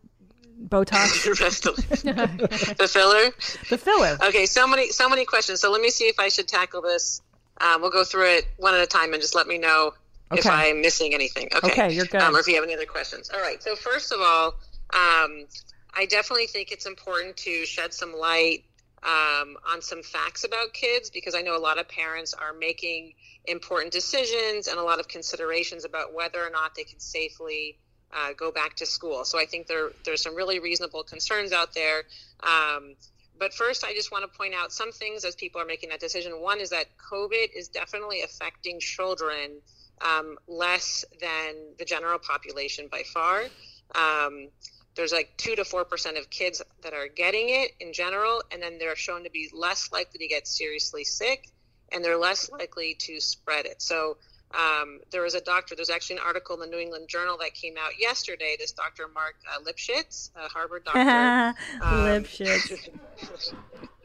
B: Botox,
G: The rest of the filler.
B: the filler.
G: Okay, so many, so many questions. So let me see if I should tackle this. Um, we'll go through it one at a time and just let me know if
B: Okay.
G: I'm missing anything. Okay,
B: Okay, you're good.
G: Um, or if you have any other questions. All right. So first of all, um, I definitely think it's important to shed some light um, on some facts about kids because I know a lot of parents are making important decisions and a lot of considerations about whether or not they can safely uh, go back to school. So I think there there's some really reasonable concerns out there. Um, but first, I just want to point out some things as people are making that decision. One is that COVID is definitely affecting children um, less than the general population by far. Um, there's like two to four percent of kids that are getting it in general, and then they're shown to be less likely to get seriously sick, and they're less likely to spread it. So um, there was a doctor. There's actually an article in the New England Journal that came out yesterday. This Dr. Mark uh, Lipschitz, a Harvard doctor, Um,
B: Lipschitz.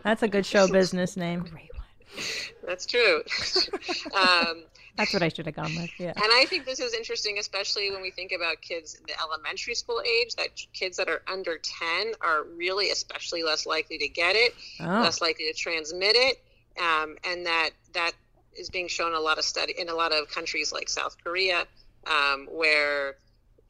B: That's a good show business name.
G: That's true. um,
E: That's what I should have gone with. Yeah.
G: And I think this is interesting, especially when we think about kids in the elementary school age, that kids that are under 10 are really especially less likely to get it,
B: Oh,
G: less likely to transmit it. Um, and that, that is being shown in a lot of study in a lot of countries like South Korea, um, where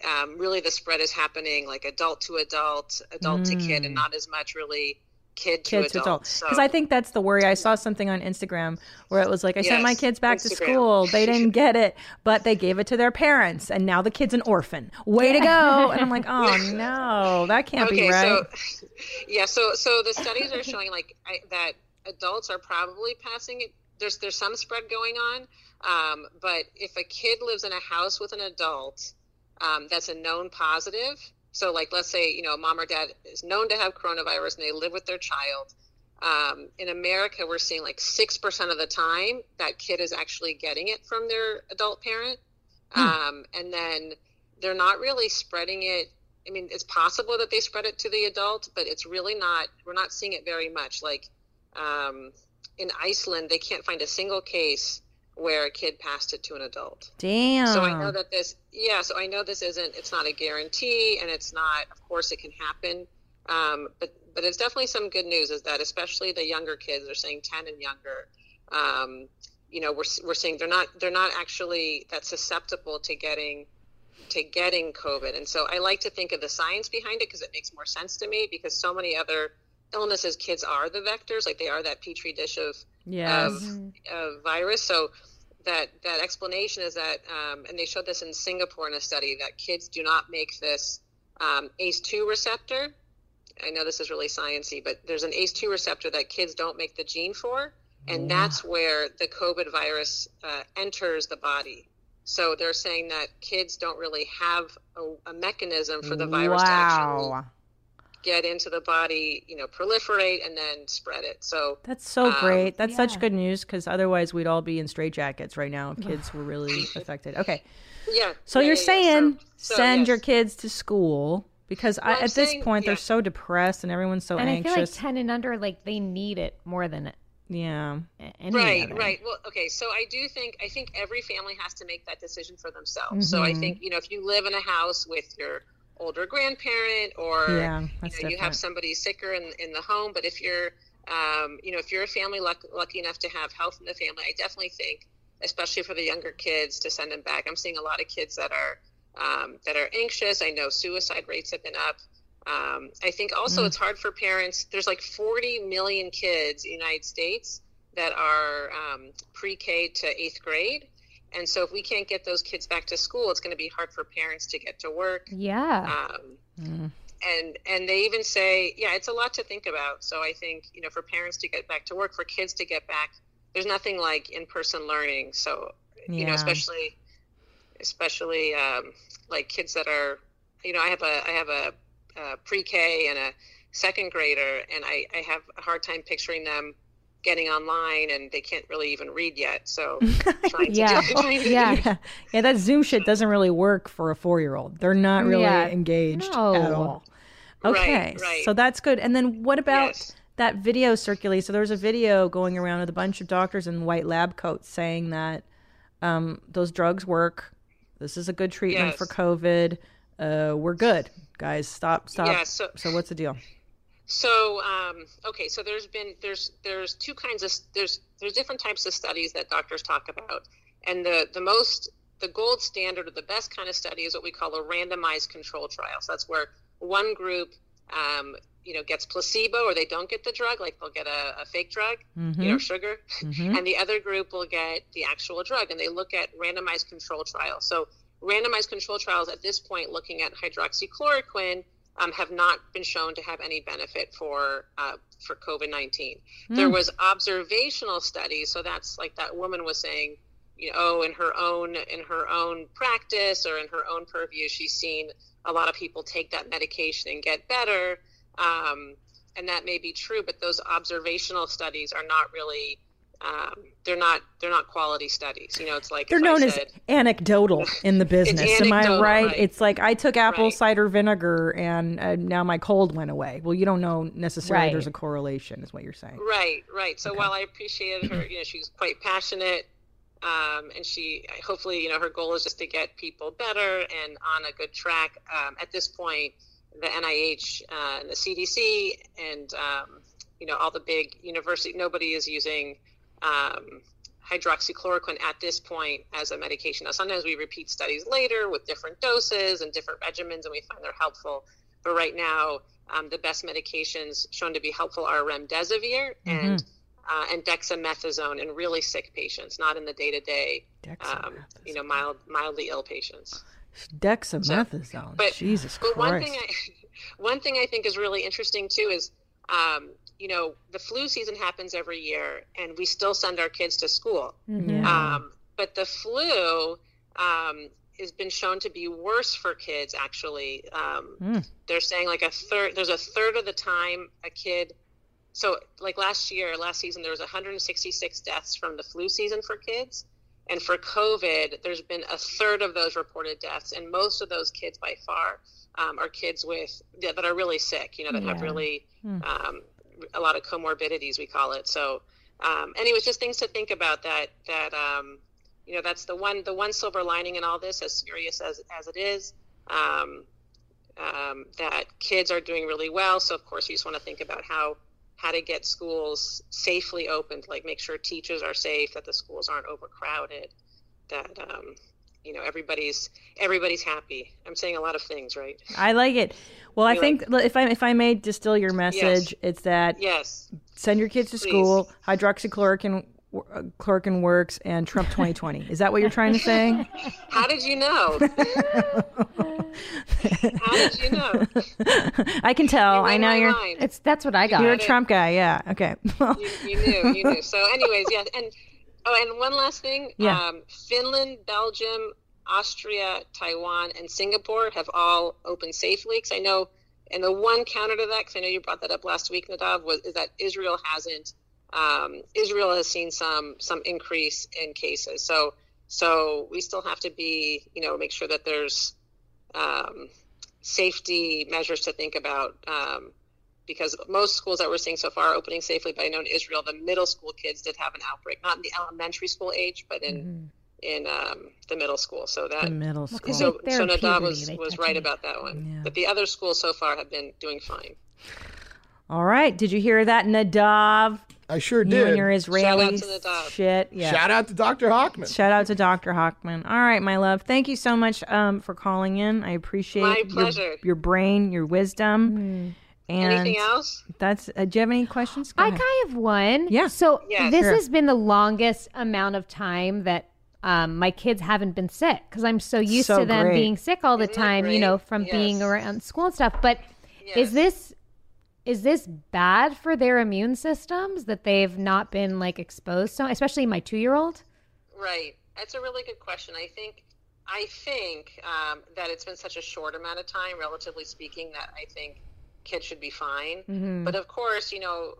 G: um, really the spread is happening like adult to adult, adult to kid, and not as much really Mm. kid to
B: kids
G: adult.
B: adults
G: So-
B: because i think that's the worry i saw something on instagram where it was like i sent my
G: Yes,
B: kids back to
G: Instagram.
B: school they didn't get it but they gave it to their parents and now the kid's an orphan way to go and i'm like oh no that can't be right
G: So, yeah, so so the studies are showing like I, that adults are probably passing it. There's there's some spread going on, um, but if a kid lives in a house with an adult, um, that's a known positive. So like let's say you know mom or dad is known to have coronavirus and they live with their child. Um, in America, we're seeing like six percent of the time that kid is actually getting it from their adult parent, um, and then they're not really spreading it I mean, it's possible that they spread it to the adult, but it's really not. We're not seeing it very much. Like um, in Iceland, they can't find a single case where a kid passed it to an adult.
B: damn
G: So I know that this, yeah. So I know this isn't. It's not a guarantee, and it's not. Of course, it can happen. Um, but but it's definitely some good news is that especially the younger kids are saying ten and younger. Um, you know, we're s- we're seeing they're not they're not actually that susceptible to getting to getting COVID. And so I like to think of the science behind it because it makes more sense to me because so many other illnesses kids are the vectors like they are that petri dish of
B: Yes.
G: of, of virus so that that explanation is that um, and they showed this in singapore in a study that kids do not make this um, ace2 receptor i know this is really sciency but there's an ace2 receptor that kids don't make the gene for and that's where the covid virus uh, enters the body so they're saying that kids don't really have a, a mechanism for the virus to actually
B: wow
G: get into the body, you know, proliferate and then spread it. So
B: that's so
G: Um,
B: great that's such good news because otherwise we'd all be in straitjackets right now if kids were really affected okay
G: yeah.
B: so
G: yeah,
B: you're
G: yeah, yeah.
B: saying
G: so,
B: send
G: yes.
B: your kids to school because I,
G: I'm
B: at this
G: saying-
B: point they're
G: yeah.
B: so depressed and everyone's so
E: And I
B: anxious
E: feel like ten and under, like they need it more than
B: yeah
E: a- any
G: Right,
E: other.
G: right. Well, okay. So I do think I think every family has to make that decision for themselves. So
B: Mm-hmm.
G: I think you know if you live in a house with your older grandparent or
B: Yeah,
G: you,
B: that's
G: know, you have
B: different.
G: somebody sicker in in the home, but if you're um, you know if you're a family luck, lucky enough to have health in the family, I definitely think especially for the younger kids to send them back. I'm seeing a lot of kids that are um, that are anxious. I know suicide rates have been up. Um, I think also
B: Mm.
G: it's hard for parents. There's like 40 million kids in the United States that are um, pre-K to eighth grade, and so if we can't get those kids back to school, it's going to be hard for parents to get to work.
E: Yeah.
G: Um,
B: Mm.
G: And and they even say, yeah, it's a lot to think about. So I think you know, for parents to get back to work, for kids to get back, there's nothing like in-person learning. So you know,
B: Yeah.
G: especially especially um, like kids that are, you know, I have a I have a, uh pre-K and a second grader, and I I have a hard time picturing them getting online, and they can't really even read yet. So trying to
E: Yeah.
G: trying to-
E: Yeah.
B: yeah, yeah, that Zoom shit doesn't really work for a four year old. They're not really
E: Yeah.
B: engaged at
E: No.
B: all.
G: Right,
B: Okay,
G: right.
B: so that's good. And then what about
G: Yes.
B: that video circulating? So there was a video going around with a bunch of doctors in white lab coats saying that um, those drugs work. This is a good treatment
G: Yes.
B: for COVID. Uh, we're good, guys. Stop, stop.
G: Yeah, so-
B: what's the deal?
G: So um, okay, so there's been there's there's two kinds of there's there's different types of studies that doctors talk about, and the the most the gold standard or the best kind of study is what we call a randomized control trial. So that's where one group um, you know gets placebo or they don't get the drug, like they'll get a, a fake drug,
B: Mm-hmm,
G: you know, sugar, and the other group will get the actual drug, and they look at randomized control trials. So randomized control trials at this point looking at hydroxychloroquine um, have not been shown to have any benefit for uh, for COVID nineteen. There was observational studies, so that's like that woman was saying, you know, oh, in her own in her own practice or in her own purview, she's seen a lot of people take that medication and get better, um, and that may be true. But those observational studies are not really. Um, they're not. They're not quality studies. You know, it's like
B: They're
G: if I
B: known as
G: said-
B: anecdotal in the business. Am I
G: anecdotal,
B: right?
G: right.
B: It's like I took apple
G: Right.
B: cider vinegar and uh, now my cold went away. Well, you don't know necessarily
E: Right.
B: there's a correlation, is what you're saying.
G: Right, right. So while I appreciated her, you know, she was quite passionate Um, and she, hopefully, you know, her goal is just to get people better and on a good track. Um, at this point, the NIH uh, and the CDC and um, you know all the big university, nobody is using um, hydroxychloroquine at this point as a medication. Now, sometimes we repeat studies later with different doses and different regimens, and we find they're helpful. But right now, um, the best medications shown to be helpful are remdesivir and uh, and dexamethasone in really sick patients, not in the day to day, Um, you know, mild mildly ill patients.
B: Dexamethasone.
G: But-
B: Jesus
G: But
B: Christ.
G: one thing, I, one thing I think is really interesting too is, um, you know, the flu season happens every year, and we still send our kids to school.
E: Mm-hmm.
G: Um, but the flu um, has been shown to be worse for kids. Actually, um, they're saying like a third. There's a third of the time a kid. So like last year, last season, there was 166 deaths from the flu season for kids. And for COVID, there's been a third of those reported deaths, and most of those kids by far um, are kids with that, that are really sick. You know, that have really um, a lot of comorbidities, we call it. So, um, anyways, just things to think about that that um, you know that's the one the one silver lining in all this, as serious as as it is. Um, um, that kids are doing really well. So of course, you just want to think about how how to get schools safely opened, like make sure teachers are safe, that the schools aren't overcrowded, that um, you know everybody's everybody's happy. I'm saying a lot of things, right?
B: I like it. Well, I
G: You
B: think if I if I may distill your message, it's that
G: Yes,
B: send your kids to school. Hydroxychloroquine uh, chloroquine works and Trump 2020. Is that what you're trying to say?
G: How did you know? How did you know?
B: I can tell. Oh, I
G: Read
B: know
G: my
B: you're
G: mind.
E: It's that's what I got.
B: you're a Trump guy. Yeah. Okay. Well,
G: you, you knew, you knew. So, anyways, yeah, and oh, and one last thing.
B: Yeah.
G: Um, Finland, Belgium, Austria, Taiwan, and Singapore have all opened safely. Because I know, and the one counter to that, because I know you brought that up last week, Nadav, was is that Israel hasn't. Um, Israel has seen some some increase in cases. So, so we still have to be, you know, make sure that there's um, safety measures to think about um, because most schools that we're seeing so far are opening safely. But I know in Israel, the middle school kids did have an outbreak, not in the elementary school age, but in in um, the middle school. So that
B: middle school.
G: so,
E: They're
G: so
E: in
G: Nadav
E: puberty,
G: was,
E: they
G: was
E: touch
G: right
E: it.
G: about that one. But the other schools so far have been doing fine.
B: All right. Did you hear that, Nadav?
A: I sure
B: You and
A: did.
B: your Israeli
G: Shout out to Nadav.
B: shit. Yeah.
A: Shout out to Dr. Hockman.
B: Shout out to Dr. Hockman. All right, my love. Thank you so much um, for calling in. I appreciate
G: My
B: your-
G: pleasure.
B: Your, brain, your wisdom. And
G: Anything else?
B: That's. Uh, do you have any questions? Go
E: I
B: ahead.
E: kind of one.
B: Yeah.
E: So
G: Yeah,
E: this
G: sure.
E: has been the longest amount of time that um, my kids haven't been sick because I'm so used
B: So
E: to them
B: great.
E: being sick all the
G: Isn't that
E: time. You know,
G: great?
E: from being
G: Yes.
E: around school and stuff. But
G: Yes.
E: is this is this bad for their immune systems that they've not been like exposed to? Especially my two year old.
G: Right. That's a really good question. I think I think um, that it's been such a short amount of time, relatively speaking, that I think kids should be fine. But of course, you know,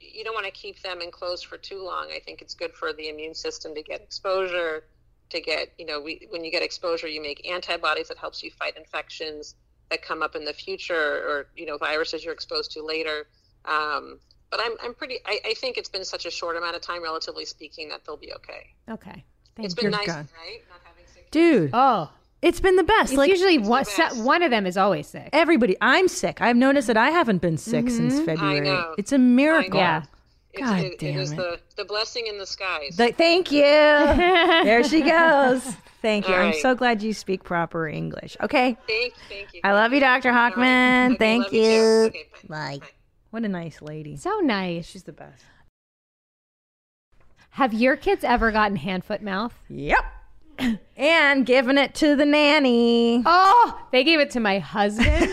G: you don't want to keep them enclosed for too long. I think it's good for the immune system to get exposure. To get, you know, we, when you get exposure, you make antibodies that helps you fight infections that come up in the future, or you know, viruses you're exposed to later. Um, but I'm, I'm pretty. I, I think it's been such a short amount of time, relatively speaking, that they'll be okay.
E: Okay.
G: It's
E: Thank you.
G: been nice,
B: God.
G: right? Not having sick.
B: Dude,
E: Oh,
B: it's been the best.
E: it's
B: like
E: usually one,
G: the best.
E: se- one of them is always sick.
B: everybody, I'm sick. I've noticed that I haven't been sick since February.
G: know.
B: It's a miracle.
E: Yeah.
G: It's,
B: God
G: it,
B: damn
G: it is
B: it.
G: the the blessing in the skies.
B: Th- thank you. there she goes. Thank you.
G: All
B: I'm
G: right.
B: so glad you speak proper English. Okay.
G: thank, thank you.
B: I love you, Dr.
G: All right.
B: Hockman.
G: Okay,
B: Thank
G: love you. too.
B: you.
G: Okay,
B: Bye. What a nice lady.
E: So nice.
B: She's the best.
E: Have your kids ever gotten hand, foot, mouth?
B: Yep. and giving it to the nanny.
E: Oh, they gave it to my husband.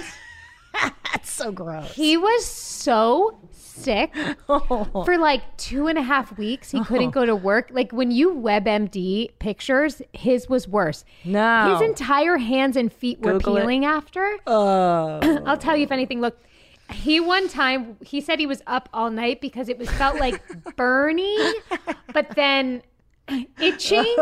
B: That's so gross.
E: he was so sick for like two and a half weeks. He couldn't go to work. Like when you WebMD pictures, his was worse.
B: No.
E: His entire hands and feet were
B: Oh. Google it.
E: peeling after.
B: Oh.
E: I'll tell you if anything. Look, he one time he said he was up all night because it was felt like burning, but then itching.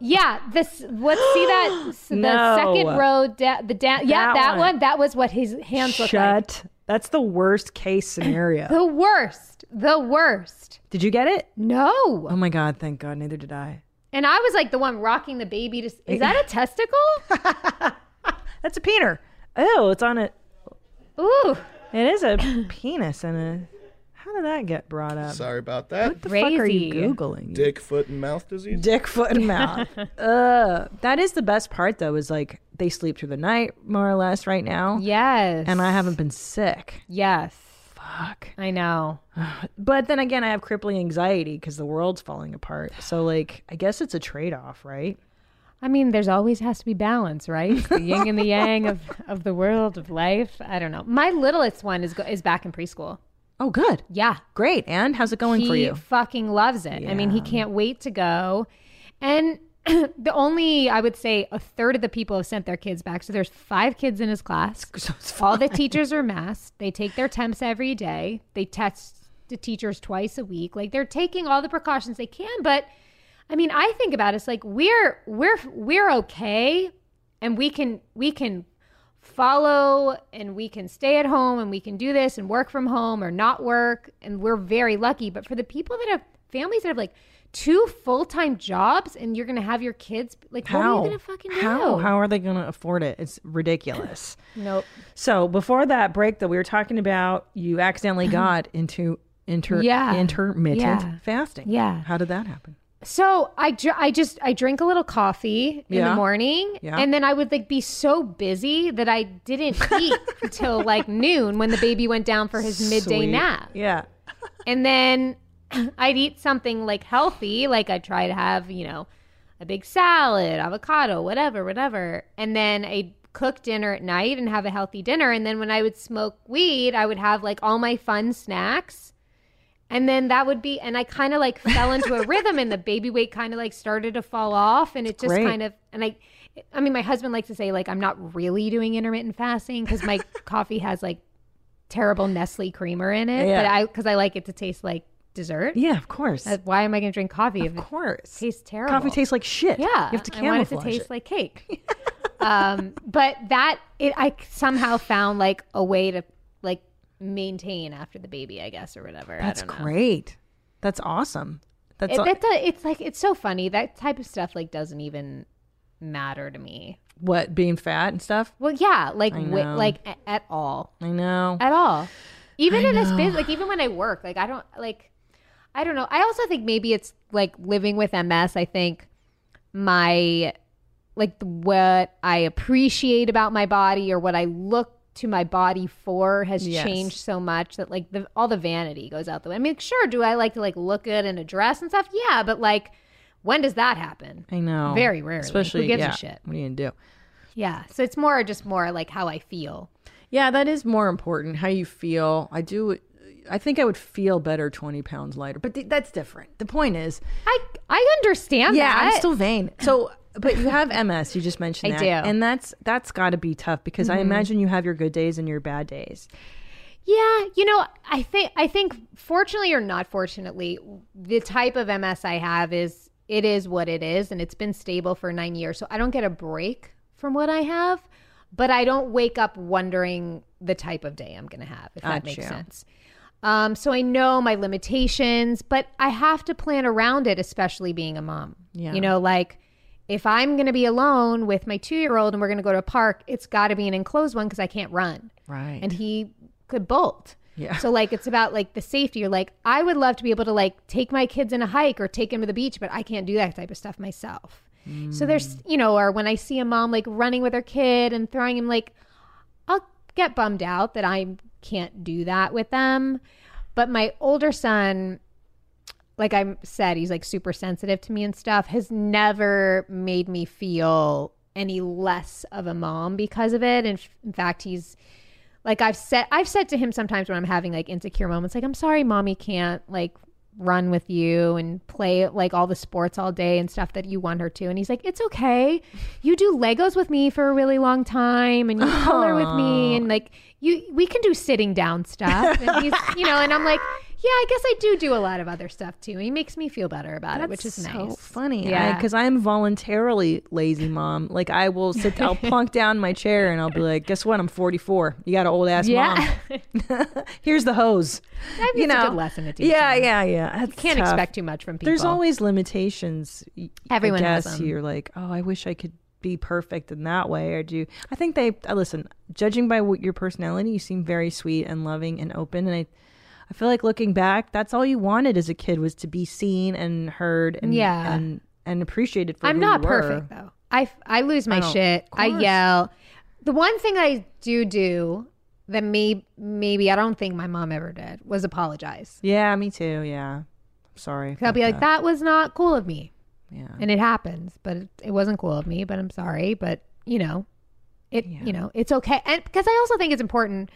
E: Yeah, this what see that s- the
B: No.
E: second row da- the down
B: That
E: yeah that
B: one.
E: one. that was what his hands looked like.
B: Shut. That's the worst case scenario.
E: The worst, the worst.
B: Did you get it?
E: No,
B: Oh my God. Thank God. Neither did I.
E: And I was like the one rocking the baby. To, s- is that a testicle?
B: That's a peener. Oh, it's on a.
E: Ooh,
B: It is a penis and a. How did that get brought up?
A: Sorry about that.
B: What the fuck are you
E: Crazy.
B: googling?
A: Dick, foot, and mouth disease.
B: dick, foot, and mouth. Ugh. That is the best part, though, is like they sleep through the night more or less right now.
E: yes.
B: And I haven't been sick.
E: Yes,
B: Fuck.
E: I know.
B: But then again, I have crippling anxiety because the world's falling apart. So, like, I guess it's a trade off, right?
E: I mean, there's always has to be balance, right? The yin and the yang of, of the world of life. I don't know. My littlest one is go- is back in preschool.
B: Oh, good.
E: Yeah,
B: Great. And how's it going
E: he
B: for you?
E: fucking loves it. I mean, he can't wait to go. And the only I would say a third of the people have sent their kids back. So there's five kids in his class. All the teachers are masked. They take their temps every day. They test the teachers twice a week. Like they're taking all the precautions they can, but I mean, I think about it, it's like we're we're we're okay and we can we can follow and we can stay at home and we can do this and work from home or not work and we're very lucky but for the people that have families that have like two full-time jobs and you're gonna have your kids like what are you gonna fucking do
B: How? How are they going to afford it? It's ridiculous.
E: nope
B: So before that break, though, we were talking about you accidentally got into inter
E: Yeah.
B: intermittent
E: Yeah.
B: fasting.
E: Yeah.
B: How did that happen?
E: So I, dr- I just I drink a little coffee in
B: Yeah.
E: the morning,
B: Yeah.
E: and then I would like be so busy that I didn't eat until like noon when the baby went down for his midday
B: Sweet.
E: nap,
B: Yeah.
E: and then I'd eat something like healthy, like I'd try to have you know a big salad, avocado, whatever, whatever, and then I'd cook dinner at night and have a healthy dinner, and then when I would smoke weed, I would have like all my fun snacks. And then that would be, and I kind of like fell into a rhythm, and the baby weight kind of like started to fall off, and it just
B: Great.
E: kind of, and I, I mean, my husband likes to say like I'm not really doing intermittent fasting because my coffee has like terrible Nestle creamer in it,
B: Yeah.
E: but I because I like it to taste like dessert.
B: Yeah, of course.
E: Uh, Why am I going to drink coffee if
B: of
E: it
B: course.
E: tastes terrible?
B: Coffee tastes like shit.
E: Yeah,
B: You have to
E: I want it
B: camouflage
E: to taste
B: it.
E: like cake. um, but that it, I somehow found like a way to like maintain after the baby, I guess, or whatever.
B: That's
E: I don't know.
B: great. That's awesome. That's
E: It,
B: a-
E: that, do- it's like it's so funny that type of stuff like doesn't even matter to me.
B: what being fat and stuff.
E: Well, yeah, like wi-
B: know.
E: like a- at all,
B: I know.
E: at all. Even in this business, like even when I work, like I don't like, I don't know. I also think maybe it's like living with MS. I think my like the, what I appreciate about my body or what I look to my body for has
B: Yes.
E: changed so much that like the, all the vanity goes out the way. I mean, sure, do I like to like look good in a dress and stuff? Yeah, but like, when does that happen?
B: I know.
E: Very rarely. Who
B: Especially
E: gives a
B: yeah.
E: shit?
B: What are you gonna do?
E: Yeah, so it's more just more like how I feel.
B: Yeah, that is more important. How you feel. I do. I think I would feel better twenty pounds lighter, but th- that's different. The point is,
E: I I understand.
B: yeah,
E: that.
B: I'm still vain. So, but you have MS. You just mentioned
E: I
B: that,
E: do. Mm-hmm.
B: and that's that's got to be tough because I imagine you have your good days and your bad days.
E: Yeah, you know, I think I think fortunately or not fortunately, the type of MS I have is it is what it is and it's been stable for 9 years. So I don't get a break from what I have, but I don't wake up wondering the type of day I'm going to have if that makes
B: Gotcha.
E: sense. Um, so I know my limitations, but I have to plan around it, especially being a mom.
B: Yeah.
E: You know, like if I'm going to be alone with my two year old and we're going to go to a park, it's got to be an enclosed one because I can't run
B: Right.
E: and he could bolt.
B: Yeah.
E: So like it's about like the safety. You're like, I would love to be able to like take my kids on a hike or take them to the beach, but I can't do that type of stuff myself. So there's
B: Mm.
E: you know, or when I see a mom like running with her kid and throwing him like I'll get bummed out that I can't do that with them. But my older son, like I said, he's like super sensitive to me and stuff, has never made me feel any less of a mom because of it. And f- in fact, he's like I've said I've said to him sometimes when I'm having like insecure moments, like I'm sorry, mommy can't like run with you and play like all the sports all day and stuff that you want her to. And he's like, it's okay. You do Legos with me for a really long time, and you color with me, and like you we can do sitting down stuff. And he's you know, and I'm like. Yeah, I guess I do do a lot of other stuff too. He makes me feel better about it, which is
B: so
E: nice.
B: funny.
E: Yeah.
B: because I'm voluntarily lazy mom. Like I will sit, I'll plunk down in my chair and I'll be like, guess what? I'm 44. You got an old ass
E: Yeah,
B: mom. Here's the hose.
E: That'd be
B: you
E: such a
B: know.
E: good lesson to teach.
B: Yeah,
E: them.
B: yeah, yeah. That's
E: Can't
B: tough.
E: expect too much from people.
B: There's always limitations. y-
E: Everyone
B: I
E: has
B: guess
E: them.
B: you're like, oh, I wish I could be perfect in that way. Or do you, I think they uh, listen? Judging by what your personality, you seem very sweet and loving and open. And I, I feel like looking back, that's all you wanted as a kid was to be seen and heard and
E: Yeah.
B: and, and appreciated for.
E: I'm
B: who
E: not
B: you were.
E: perfect though. I I lose my
B: don't-
E: shit.
B: of
E: I
B: course.
E: yell. The one thing I do do that may, maybe I don't think my mom ever did was apologize.
B: Yeah, me too. Yeah, I'm sorry.
E: I'll
B: about
E: be like,
B: that.
E: that was not cool of me.
B: Yeah.
E: and it happens but it, it wasn't cool of me but i'm sorry but you know it you know it's okay and because i also think it's important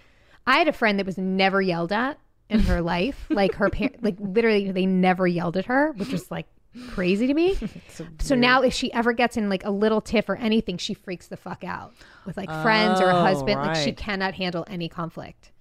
E: i had a friend that was never yelled at in her life like her parent like literally they never yelled at her which was like crazy to me so now if she ever gets in like a little tiff or anything she freaks the fuck out with like friends or a
B: Oh,
E: husband like she
B: right.
E: cannot handle any conflict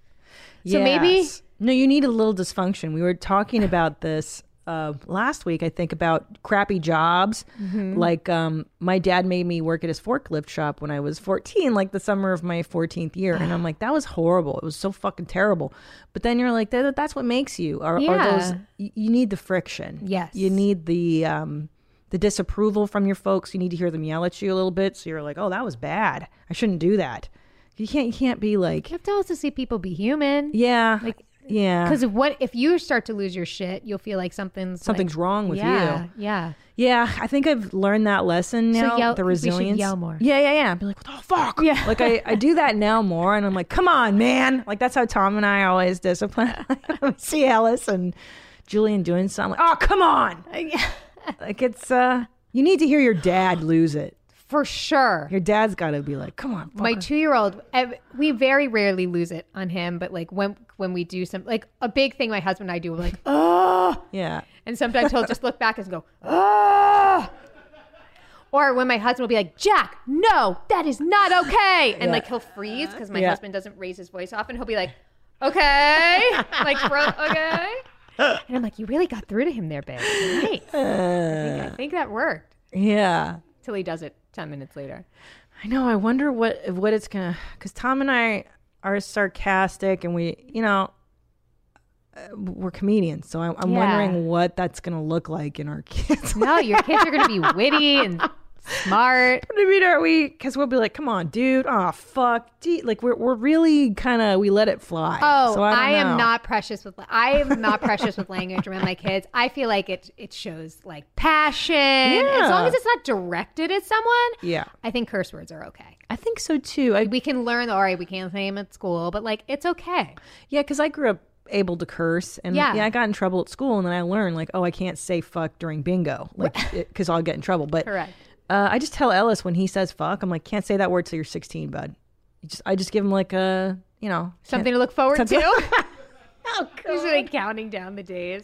E: So maybe-
B: Yes. no, you need a little dysfunction. We were talking about this uh, last week, I think, about crappy jobs.
E: Mm-hmm.
B: Like um, my dad made me work at his forklift shop when I was fourteen, like the summer of my fourteenth year, and I'm like, that was horrible. It was so fucking terrible. But then you're like, that, that's what makes you. Are,
E: Yeah.
B: are those? y- You need the friction.
E: Yes.
B: you need the. Um, the disapproval from your folks, you need to hear them yell at you a little bit, so you're like, "Oh, that was bad. I shouldn't do that." You can't, you can't be like,
E: you have to also see people be human
B: yeah. Like yeah.
E: because what if you start to lose your shit you'll feel like something's like-
B: something's wrong with
E: yeah
B: you.
E: yeah
B: Yeah, I think I've learned that lesson
E: So
B: now.
E: yell-
B: the
E: we should
B: resilience.
E: yell more.
B: Yeah, yeah, yeah. I'd be like, what the fuck? Yeah. Like I, I do that now more, and I'm like, come on, man. Like that's how Tom and I always discipline. I see Alice and Julian doing something. Like, oh, come on. like it's uh, you need to hear your dad lose it.
E: For sure.
B: Your dad's got to be like, come on.
E: My two year old, we very rarely lose it on him, but like when when we do some, like a big thing my husband and I do, we're like, oh,
B: Yeah.
E: and sometimes he'll just look back and go, oh. Or when my husband will be like, Jack, no, that is not okay. And like he'll freeze because my
B: Yeah.
E: husband doesn't raise his voice often. He'll be like, okay. like, bro, okay. And I'm like, you really got through to him there, babe. Nice. I, think, I think that worked.
B: Yeah.
E: Till he does it 10 minutes later.
B: I know. I wonder what what it's gonna. Because Tom and I are sarcastic, and we, you know, uh, we're comedians. So I, I'm
E: Yeah.
B: wondering what that's gonna look like in our kids.
E: No, your kids are going to be witty and smart.
B: I mean, are we? Because we'll be like, "Come on, dude! Oh, fuck, dude!" Like we're we're really kind of we let it fly.
E: Oh,
B: so I, don't
E: I, am
B: know.
E: not precious with I am not precious with language around my kids. I feel like it it shows like passion as long
B: Yeah.
E: as it's not directed at someone.
B: Yeah,
E: I think curse words are okay.
B: I think so too. I
E: We can learn. All right, we can't say them at school, but like it's okay.
B: Yeah, because I grew up able to curse, and
E: Yeah.
B: yeah. I got in trouble at school, and then I learned like, oh, I can't say fuck during bingo, like because I'll get in trouble. But
E: Correct.
B: Uh, I just tell Ellis when he says fuck, I'm like, can't say that word till you're 16, bud. You just I just give him like a you know
E: Something to look forward
B: Something-
E: to. oh, Usually counting down the days.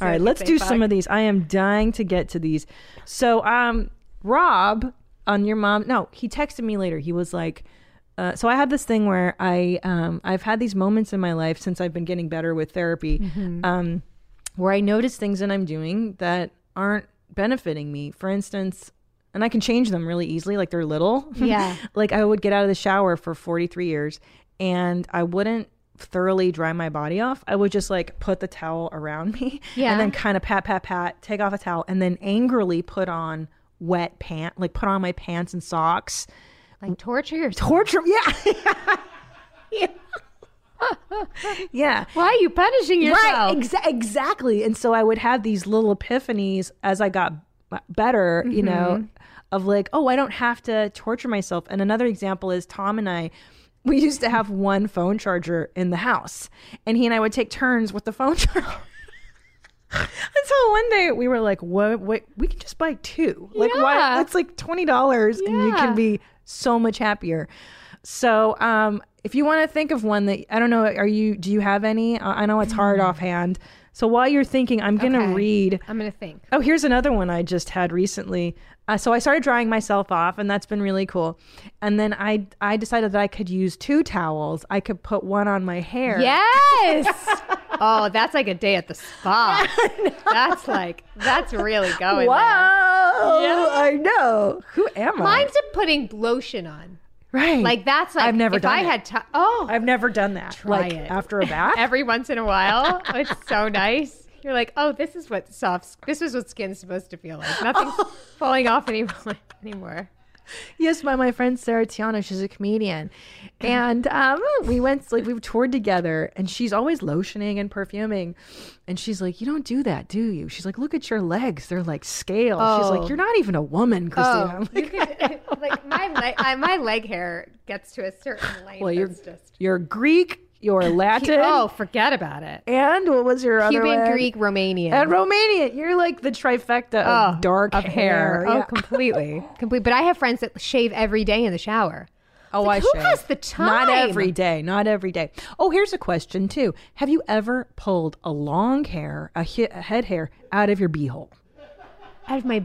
B: All right, let's
E: say
B: do some
E: fuck.
B: of these. I am dying to get to these. So, um, Rob on your mom. No, he texted me later. He was like, uh, so I have this thing where I, um, I've had these moments in my life since I've been getting better with therapy,
E: Mm-hmm.
B: um, where I notice things that I'm doing that aren't benefiting me. For instance, and I can change them really easily, like they're little.
E: Yeah.
B: like I would get out of the shower for 43 years and I wouldn't thoroughly dry my body off. I would just like put the towel around me
E: Yeah.
B: and then kind of pat, pat, pat, take off a towel and then angrily put on wet pant, like put on my pants and socks.
E: Like torture yourself.
B: Torture. Yeah. yeah. yeah.
E: Why are you punishing yourself?
B: Right, exa- exactly. And so I would have these little epiphanies as I got b- better,
E: Mm-hmm.
B: you know, of like, oh, I don't have to torture myself. And another example is Tom and I. We used to have one phone charger in the house, and he and I would take turns with the phone charger. Until one day we were like, "What? What? We can just buy two. Like,
E: Yeah.
B: why? It's like twenty dollars, and you
E: Yeah.
B: can be so much happier." So, um, if you want to think of one that I don't know, are you? Do you have any? I I know it's hard offhand. So while you're thinking, I'm going to
E: Mm. Okay.
B: read.
E: I'm gonna think.
B: Oh, here's another one I just had recently. Uh, so I started drying myself off, and that's been really cool. And then I I decided that I could use two towels. I could put one on my hair.
E: Yes. oh, that's like a day at the spa. that's like that's really going.
B: Whoa!
E: There.
B: I know. Who am I?
E: Mine's a putting lotion on.
B: right.
E: Like that's like
B: I've never
E: if
B: done
E: I
B: it.
E: had to- oh
B: I've never done that.
E: Try
B: like
E: it.
B: after a bath.
E: every once in a while. It's so nice. You're like, oh, this is what soft. This is what skin's supposed to feel like. Nothing's
B: Oh.
E: falling off anymore. anymore.
B: Yes, by my friend Sarah Tiana. She's a comedian, and um, we went like we toured together, and she's always lotioning and perfuming, and she's like, "You don't do that, do you?" She's like, "Look at your legs; they're like scales." She's
E: Oh.
B: like, "You're not even a woman, Christina." I'm
E: Oh,
B: like,
E: you could, like my leg, I, my leg hair gets to a certain length.
B: well,
E: Well,
B: you're
E: just
B: you're Greek, you're Latin,
E: oh, forget about it.
B: and what was your other
E: Cuban,
B: one?
E: Greek, Romanian.
B: and Romanian. You're like the trifecta of
E: Oh,
B: dark
E: of hair. Oh,
B: Yeah.
E: completely, complete. But I have friends that shave every day in the shower.
B: Oh,
E: Like,
B: I
E: who
B: shave.
E: has the time?
B: Not every day. Not every day. Oh, here's a question too. Have you ever pulled a long hair, a, he- a head hair, out of your beehole,
E: out of my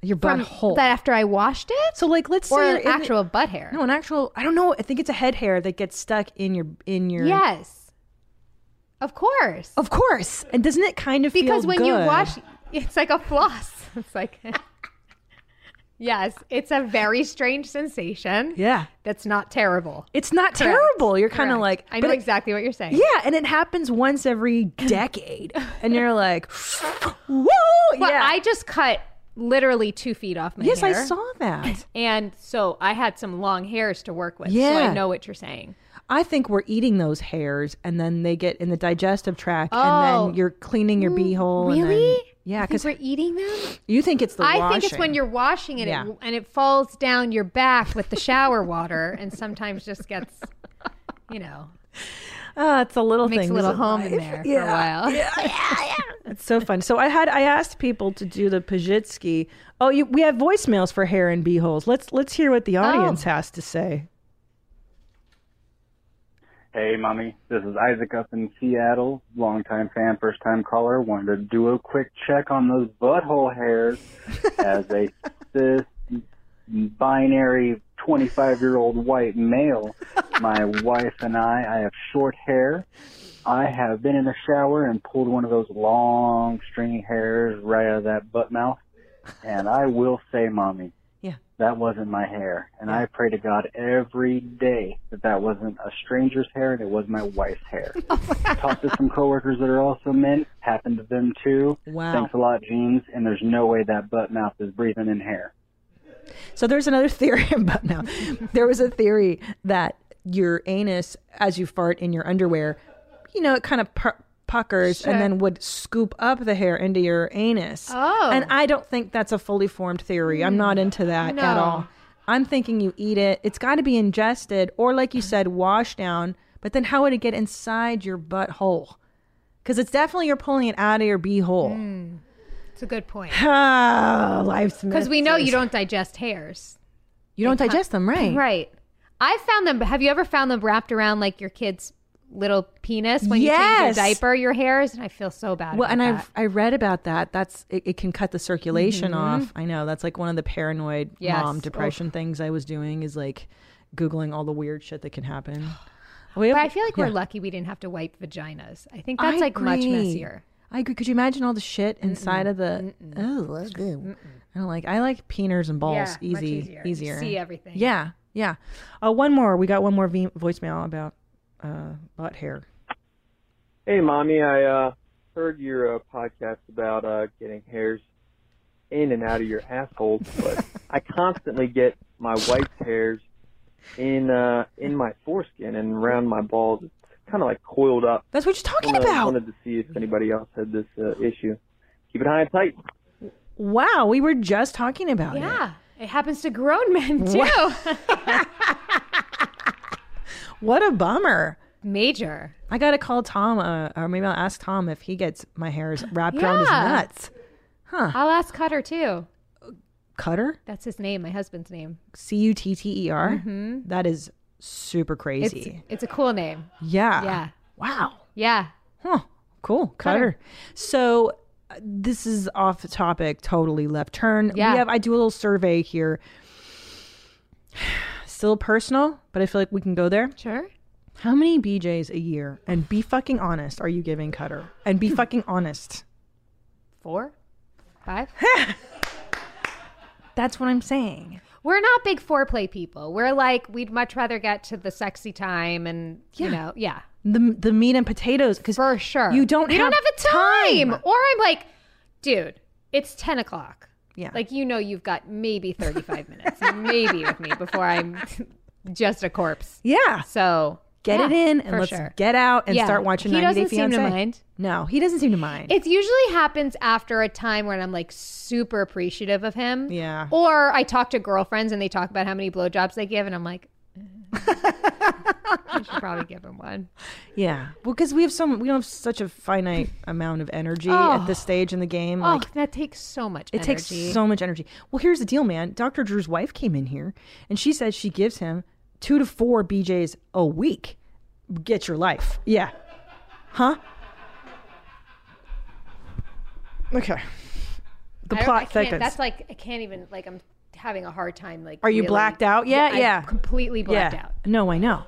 B: your
E: from
B: butt hole?
E: that after I washed it.
B: so, like, let's
E: or
B: say you're
E: an
B: in the-
E: actual butt hair.
B: no, an actual. I don't know. I think it's a head hair that gets stuck in your in your.
E: Yes, of course.
B: Of course, and doesn't it kind of
E: because
B: Oh, feel
E: when you
B: good?
E: wash, it's like a floss. It's like. Yes, it's a very strange sensation.
B: Yeah,
E: That's not terrible.
B: it's not terrible. You're kind of like
E: Correct. I know
B: but it-
E: exactly what you're saying.
B: Yeah, and it happens once every decade, and you're like, whoa!
E: But
B: yeah.
E: I just cut literally two feet off my
B: yes,
E: hair.
B: I saw that.
E: And so I had some long hairs to work with. So
B: Yeah.
E: I know what you're saying.
B: I think we're eating those hairs and then they get in the digestive tract
E: Oh. Mm,
B: and then you're cleaning your beehole. and then-
E: Really?
B: yeah, because
E: we're eating them?
B: you think it's the
E: I
B: washing.
E: think it's when you're washing it
B: Yeah.
E: and it falls down your back with the shower water and sometimes just gets, you know,
B: Ah, it's a little
E: makes
B: thing.
E: a little
B: It's
E: home in there for a while.
B: It's so fun. So I had I asked people to do the Pajitsky. Oh, you, we have voicemails for hair and beeholes. Let's let's hear what the
E: Oh.
B: audience has to say.
H: Hey, mommy. This is Isaac up in Seattle. Longtime fan, first time caller. Wanted to do a quick check on those butthole hairs as a cis binary 25 year old white male. My wife and I, I have short hair. I have been in the shower and pulled one of those long stringy hairs right out of that butt mouth. And I will say, mommy, that wasn't my hair. And I pray to God every day that that wasn't a stranger's hair and it was my wife's hair. Talked to some coworkers that are also men. Happened to them too.
B: Wow.
H: Thanks a lot, jeans. And there's no way that butt mouth is breathing in hair.
B: So there's another theory about now. There was a theory that your anus, as you fart in your underwear, you know, it kind of pu- puckers and then would scoop up the hair into your anus.
E: Oh. Hmm.
B: And I don't think that's a fully formed theory. I'm not into that at
E: No.
B: all. I'm thinking you eat it. It's got to be ingested or, like you said, washed down. But then how would it get inside your butthole? Because it's definitely you're pulling it out of your beehole.
E: It's a good point.
B: Oh, life's
E: Because Hmm. we know you don't digest hairs.
B: you don't digest them, right?
E: Right. I've found them. Have you ever found them wrapped around like your kid's little penis when you
B: Yes.
E: change your diaper, your hairs? And I feel so bad.
B: Well,
E: about
B: and
E: that.
B: I've I read about that. That's it, it can cut the circulation off. I know that's like one of the paranoid
E: Mm-hmm. Yes.
B: mom depression things I was doing is like googling all the weird shit that can happen. We have-
E: But I feel like we're
B: yeah.
E: lucky we didn't have to wipe vaginas. I think
B: I
E: that's like much
B: agree.
E: messier.
B: I agree. Could you imagine all the shit inside of the? Oh, that's good. I don't like. I like peeners and balls. Easy,
E: much easier. You
B: easier.
E: see everything.
B: Yeah, yeah. Uh, one more. We got one more ve- voicemail about uh, butt hair.
I: Hey, mommy, I uh, heard your uh, podcast about uh, getting hairs in and out of your asshole, but I constantly get my wife's hairs in uh, in my foreskin and around my balls. It's kind of like coiled up.
B: That's what you're talking
I: I
B: about.
I: wanted to see if anybody else had this uh, issue. Keep it high and tight.
B: Wow, we were just talking about it.
E: Yeah. It happens to grown men too.
B: What a bummer.
E: Major.
B: I gotta call Tom, uh, or maybe I'll ask Tom if he gets my hairs wrapped around his
E: Yeah.
B: nuts.
E: I'll ask Cutter too.
B: Cutter,
E: That's his name, my husband's name.
B: C U T T E R. That is super
E: It's
B: crazy.
E: it's a cool name.
B: yeah.
E: Yeah.
B: Wow.
E: Yeah.
B: Huh. Cool. Cutter. So uh, this is off topic, totally left turn.
E: Yeah.
B: We have I do a little survey here. Still personal, but I feel like we can go there.
E: Sure.
B: How many BJs a year? And be fucking honest, are you giving Cutter? And be fucking honest.
E: Four? Five?
B: That's what I'm saying.
E: We're not big foreplay people. We're like, we'd much rather get to the sexy time and, you know, yeah,
B: The the meat and potatoes because
E: for sure.
B: You don't
E: we
B: have
E: don't have the time. Or I'm like, dude, it's 10 o'clock.
B: Yeah.
E: Like, you know, you've got maybe 35 minutes, maybe with me before I'm just a corpse.
B: yeah,
E: So
B: get
E: yeah,
B: it in and
E: for
B: let's
E: sure.
B: get out and
E: Yeah.
B: start watching.
E: He
B: 90 Day
E: doesn't seem to
B: Fiancé.
E: mind.
B: No, he doesn't seem to mind.
E: It usually happens after a time when I'm like super appreciative of him.
B: Yeah.
E: Or I talk to girlfriends and they talk about how many blowjobs they give, and I'm like, "Eh, I should probably give him one.
B: yeah, well, because we have some, we don't have such a finite amount of energy at this stage in the game.
E: Oh,
B: Like,
E: that takes so much.
B: It takes
E: energy.
B: so much energy. Well, here's the deal, man. Dr. Drew's wife came in here and she said she gives him two to four BJs a week. Get your life. Yeah. Huh? Okay. The
E: I don't- I
B: plot
E: can't-
B: thickens.
E: That's like I can't even like I'm having a hard time. Like,
B: Are you
E: really-
B: blacked out yet?
E: I'm
B: Yeah.
E: completely
B: yeah.
E: blacked out.
B: No, I know.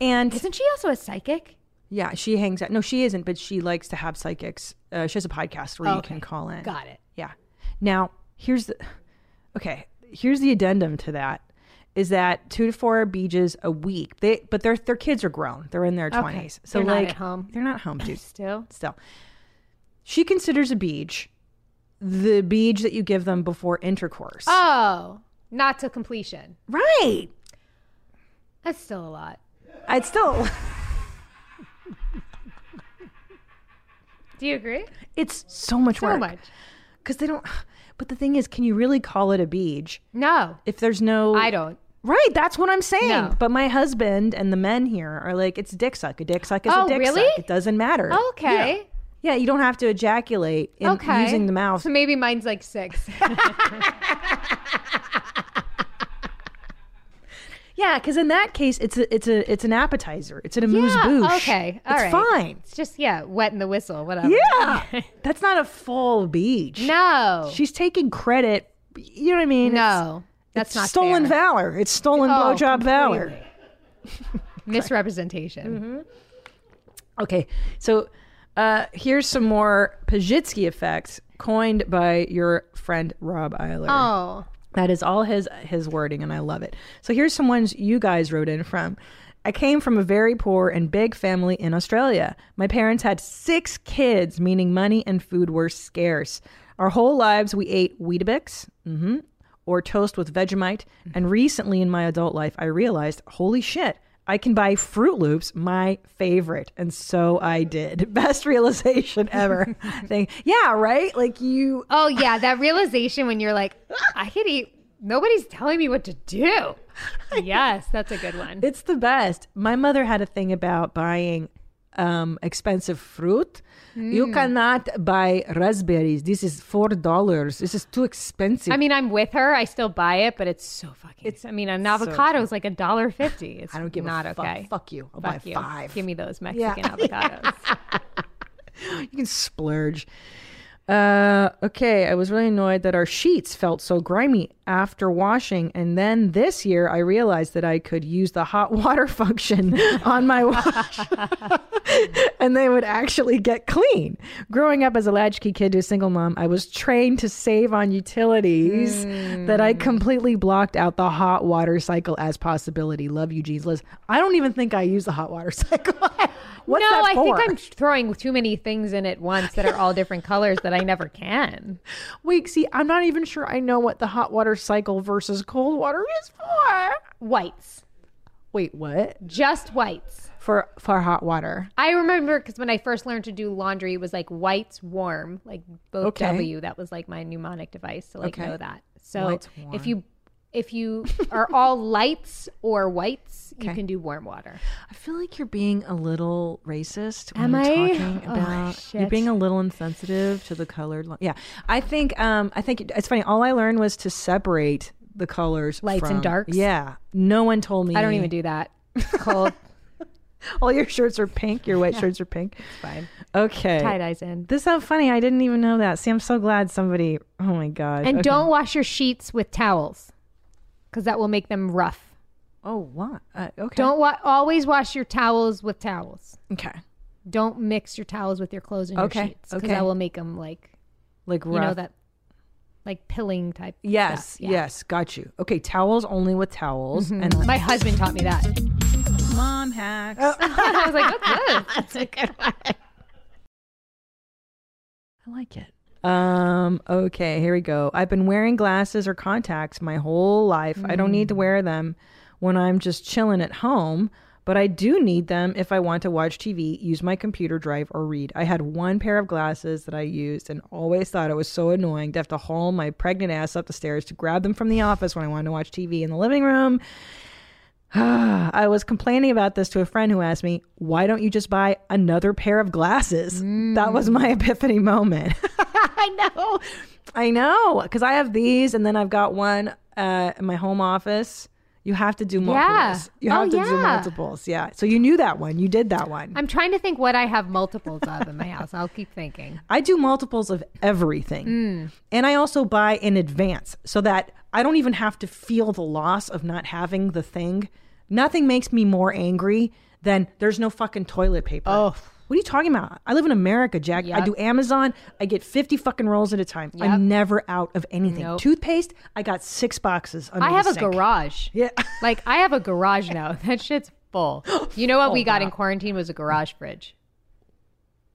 B: And
E: Isn't she also a psychic?
B: yeah, she hangs out. No, she isn't, but she likes to have psychics. Uh, she has a podcast where you
E: Okay.
B: can call in.
E: Got it.
B: Yeah. Now, here's the okay, here's the addendum to that is that 2 to 4 BJs a week. They but their their kids are grown. They're in their 20s. So
E: They're not
B: like
E: at home.
B: they're not home, dude.
E: Still.
B: Still. She considers a beach the beach that you give them before intercourse.
E: Oh, not to completion.
B: right.
E: That's still a lot.
B: I'd still
E: Do you agree?
B: it's so much
E: So
B: work
E: much.
B: cuz they don't but the thing is, can you really call it a beach
E: No,
B: if there's no
E: I don't.
B: Right, that's what I'm saying.
E: No.
B: But my husband and the men here are like, it's dick suck. A dick suck is
E: Oh,
B: a dick
E: really?
B: suck. It doesn't matter.
E: Okay.
B: Yeah, you don't have to ejaculate in
E: Okay.
B: using the mouth.
E: So maybe mine's like six.
B: yeah, because in that case, it's a, it's a it's an appetizer. It's an amuse
E: Yeah,
B: bouche.
E: okay, all
B: it's
E: right.
B: fine.
E: it's just yeah, wet in the whistle, whatever.
B: Yeah, that's not a full beach.
E: No.
B: she's taking credit. You know what I mean? It's-
E: no. That's
B: it's
E: not
B: stolen
E: fair. Oh,
B: valor. It's stolen blowjob valor.
E: completely. Misrepresentation.
B: Mm-hmm. Okay, so uh, here's some more Pajitsky effects coined by your friend Rob Eiler.
E: Oh.
B: That is all his his wording, and I love it. So here's some ones you guys wrote in from. I came from a very poor and big family in Australia. My parents had six kids, meaning money and food were scarce. Our whole lives we ate Weetabix mhm, or toast with Vegemite. And recently in my adult life, I realized, holy shit, I can buy Fruit Loops, my favorite. And so I did. Best realization ever. Thing. Yeah, right? Like you
E: Oh yeah, that realization when you're like, I could eat nobody's telling me what to do. yes, that's a good one.
B: It's the best. My mother had a thing about buying um, expensive fruit.
E: Mm.
B: You cannot buy raspberries. This is four dollars. This is too expensive.
E: I mean, I'm with her. I still buy it, but it's so fucking. It's. I mean, an avocado is like a dollar fifty. It's
B: I don't give
E: not
B: a fuck.
E: okay.
B: Fuck you. I'll buy
E: Fuck you.
B: five.
E: Give me those Mexican avocados.
B: You can splurge. Uh, okay, I was really annoyed that our sheets felt so grimy after washing, and then this year I realized that I could use the hot water function on my wash, and they would actually get clean. Growing up as a latchkey kid to a single mom, I was trained to save on utilities
E: Hmm.
B: that I completely blocked out the hot water cycle as possibility. Love you, jeans, Liz. I don't even think I use the hot water cycle. What's
E: no,
B: that
E: I
B: for?
E: think I'm throwing too many things in at once that are all different colors that I never can.
B: Wait, see, I'm not even sure I know what the hot water cycle versus cold water is for.
E: Whites,
B: Wait, what?
E: just whites.
B: For for hot water.
E: I remember because when I first learned to do laundry, it was like whites warm, like both
B: Okay.
E: W. That was like my mnemonic device to like
B: Okay.
E: know that. So
B: Whites warm.
E: if you if you are all lights or whites, you
B: Okay.
E: can do warm water.
B: I feel like you're being a little racist when
E: Am
B: you're
E: I?
B: talking
E: Oh,
B: about you're
E: shit.
B: being a little insensitive to the colored line. Yeah. I think um I think it's funny. All I learned was to separate the colors
E: Lights and
B: from-
E: darks?
B: Yeah. No one told me
E: I don't even do that. It's cold.
B: All your shirts are pink. Your white shirts are pink.
E: Fine.
B: Okay.
E: Tie dyes in.
B: This is how funny. I didn't even know that. See, I'm so glad somebody. Oh my god.
E: And
B: Okay.
E: don't wash your sheets with towels because that will make them rough.
B: Oh what? Uh, okay.
E: Don't wa- always wash your towels with towels.
B: Okay.
E: Don't mix your towels with your clothes and
B: Okay,
E: your sheets because
B: okay.
E: that will make them like
B: Like rough.
E: you know that like pilling type.
B: Yes.
E: stuff. Yeah. Mm-hmm.
B: Yes. Got you. Okay. Towels only with towels. And like,
E: My husband taught me that.
B: mom hacks.
E: I was like, that's good.
B: I like it. Um, okay, here we go. I've been wearing glasses or contacts my whole life. I don't need to wear
E: Mm.
B: them when I'm just chilling at home, but I do need them if I want to watch TV, use my computer, drive, or read. I had one pair of glasses that I used and always thought it was so annoying to have to haul my pregnant ass up the stairs to grab them from the office when I wanted to watch TV in the living room. I was complaining about this to a friend who asked me, Why don't you just buy another pair of glasses? That was
E: Mm.
B: my epiphany moment. I know. I know. Because I have these, and then I've got one uh, in my home office. You have to do multiples.
E: Yeah.
B: You have
E: Oh,
B: to do
E: yeah.
B: multiples. Yeah. So you knew that one. You did that one.
E: I'm trying to think what I have multiples of in my house. I'll keep thinking.
B: I do multiples of everything.
E: Mm.
B: And I also buy in advance so that I don't even have to feel the loss of not having the thing. Nothing makes me more angry than there's no fucking toilet paper. Oh. What are you talking about? I live in America, Jack. I
E: Yep.
B: do Amazon. I get 50 fucking rolls at a time. I'm never out of anything.
E: Nope.
B: Toothpaste, I got six boxes. Under
E: I
B: the
E: have a
B: sink.
E: garage.
B: Yeah.
E: Like I have a garage now. That shit's full. You
B: Oh,
E: know what we got in quarantine was a garage fridge.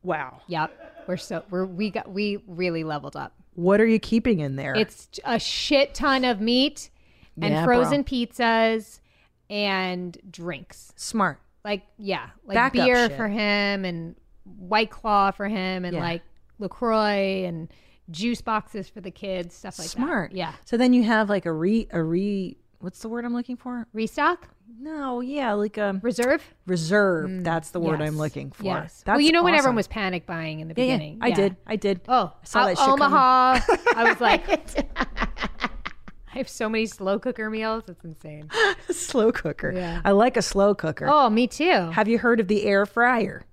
B: Wow.
E: Yep. We're so we're we got we really leveled up.
B: What are you keeping in there?
E: It's a shit ton of meat and
B: Yeah, bro.
E: frozen pizzas and drinks.
B: smart.
E: Like yeah, like
B: Backup
E: beer
B: shit.
E: for him and white claw for him and
B: Yeah.
E: like Lacroix and juice boxes for the kids, stuff like
B: smart.
E: that. Yeah.
B: So then you have like a re a re what's the word I'm looking for?
E: Restock,
B: No, yeah, like um
E: reserve.
B: reserve. that's the word I'm
E: Mm, Yes.
B: looking for.
E: Yes.
B: That's
E: well, you know when
B: awesome.
E: everyone was panic buying in the
B: yeah,
E: beginning.
B: yeah, I did. I did.
E: Oh,
B: I saw
E: O-
B: that shit
E: Omaha. I was like, I have so many slow cooker meals. It's insane.
B: coming. slow cooker. I like a slow cooker.
E: Oh, me too.
B: Have you heard of the air fryer?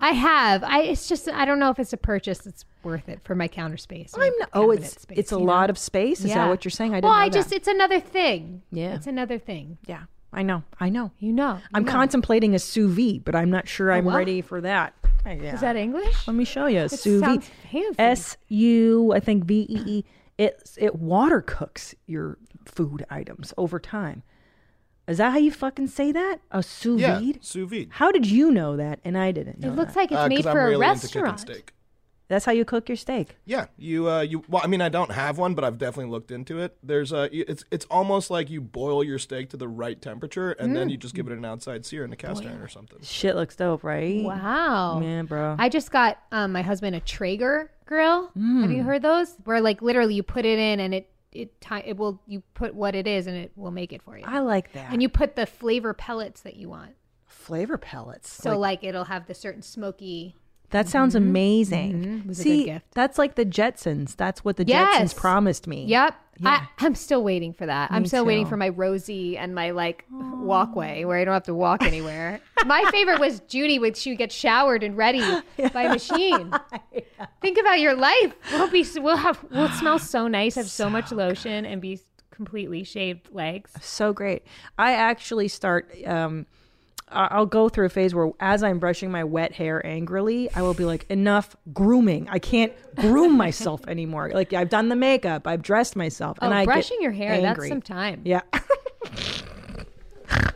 E: I have. I it's just I don't know if it's a purchase that's worth it for my counter space. or
B: I'm not, oh,
E: cabinet
B: it's
E: space,
B: it's a
E: you know?
B: lot of space. Is
E: Yeah.
B: that what you're saying? I didn't
E: well,
B: know
E: I
B: that.
E: just it's another thing.
B: Yeah.
E: it's another thing.
B: yeah, I know, I know.
E: You know,
B: I'm
E: you know. Oh,
B: contemplating a sous vide, but I'm not sure I'm
E: what?
B: ready for that. Yeah.
E: Is that English?
B: Let me show you. sous vide.
E: sounds fancy.
B: S U, I think V E E. It it water cooks your food items over time. Is that how you fucking say that? A sous
A: Yeah,
B: vide.
A: sous vide.
B: How did you know that and I didn't know?
E: It
B: that?
E: looks like it's
A: Uh,
E: made
A: 'cause
E: for
A: I'm
E: a
A: really into cooking
E: restaurant.
A: steak.
B: That's how you cook your steak.
A: Yeah, you uh, you. Well, I mean, I don't have one, but I've definitely looked into it. There's uh, y- it's it's almost like you boil your steak to the right temperature, and
B: Mm.
A: then you just give it an outside sear in a cast iron or something.
B: Shit looks dope, right?
E: Wow.
B: Man, bro.
E: I just got um, my husband a Traeger grill. Have
B: Mm.
E: you heard those? Where like literally you put it in and it it ti- it will you put what it is and it will make it for you.
B: I like that.
E: and you put the flavor pellets that you want.
B: flavor pellets.
E: So like, it'll have the certain smoky.
B: that sounds amazing.
E: Mm-hmm. was a good
B: See,
E: gift.
B: that's like the Jetsons. That's what the
E: Yes.
B: Jetsons promised me.
E: Yep. I, I'm still waiting for that. I'm still waiting for my Rosie and my like walkway where I don't have to walk anywhere. my favorite was Judy when she would get showered and ready by a machine. Think about your life. We'll be we'll have we'll smell so nice, have so, much lotion, and be completely shaved legs.
B: so great. I actually start. Um, I- I'll go through a phase where, as I'm brushing my wet hair angrily, I will be like, "Enough grooming! I can't groom myself anymore. Like I've done the makeup, I've dressed myself,
E: Oh,
B: and I
E: brushing
B: get
E: your hair, that's
B: angry.
E: some time.
B: yeah."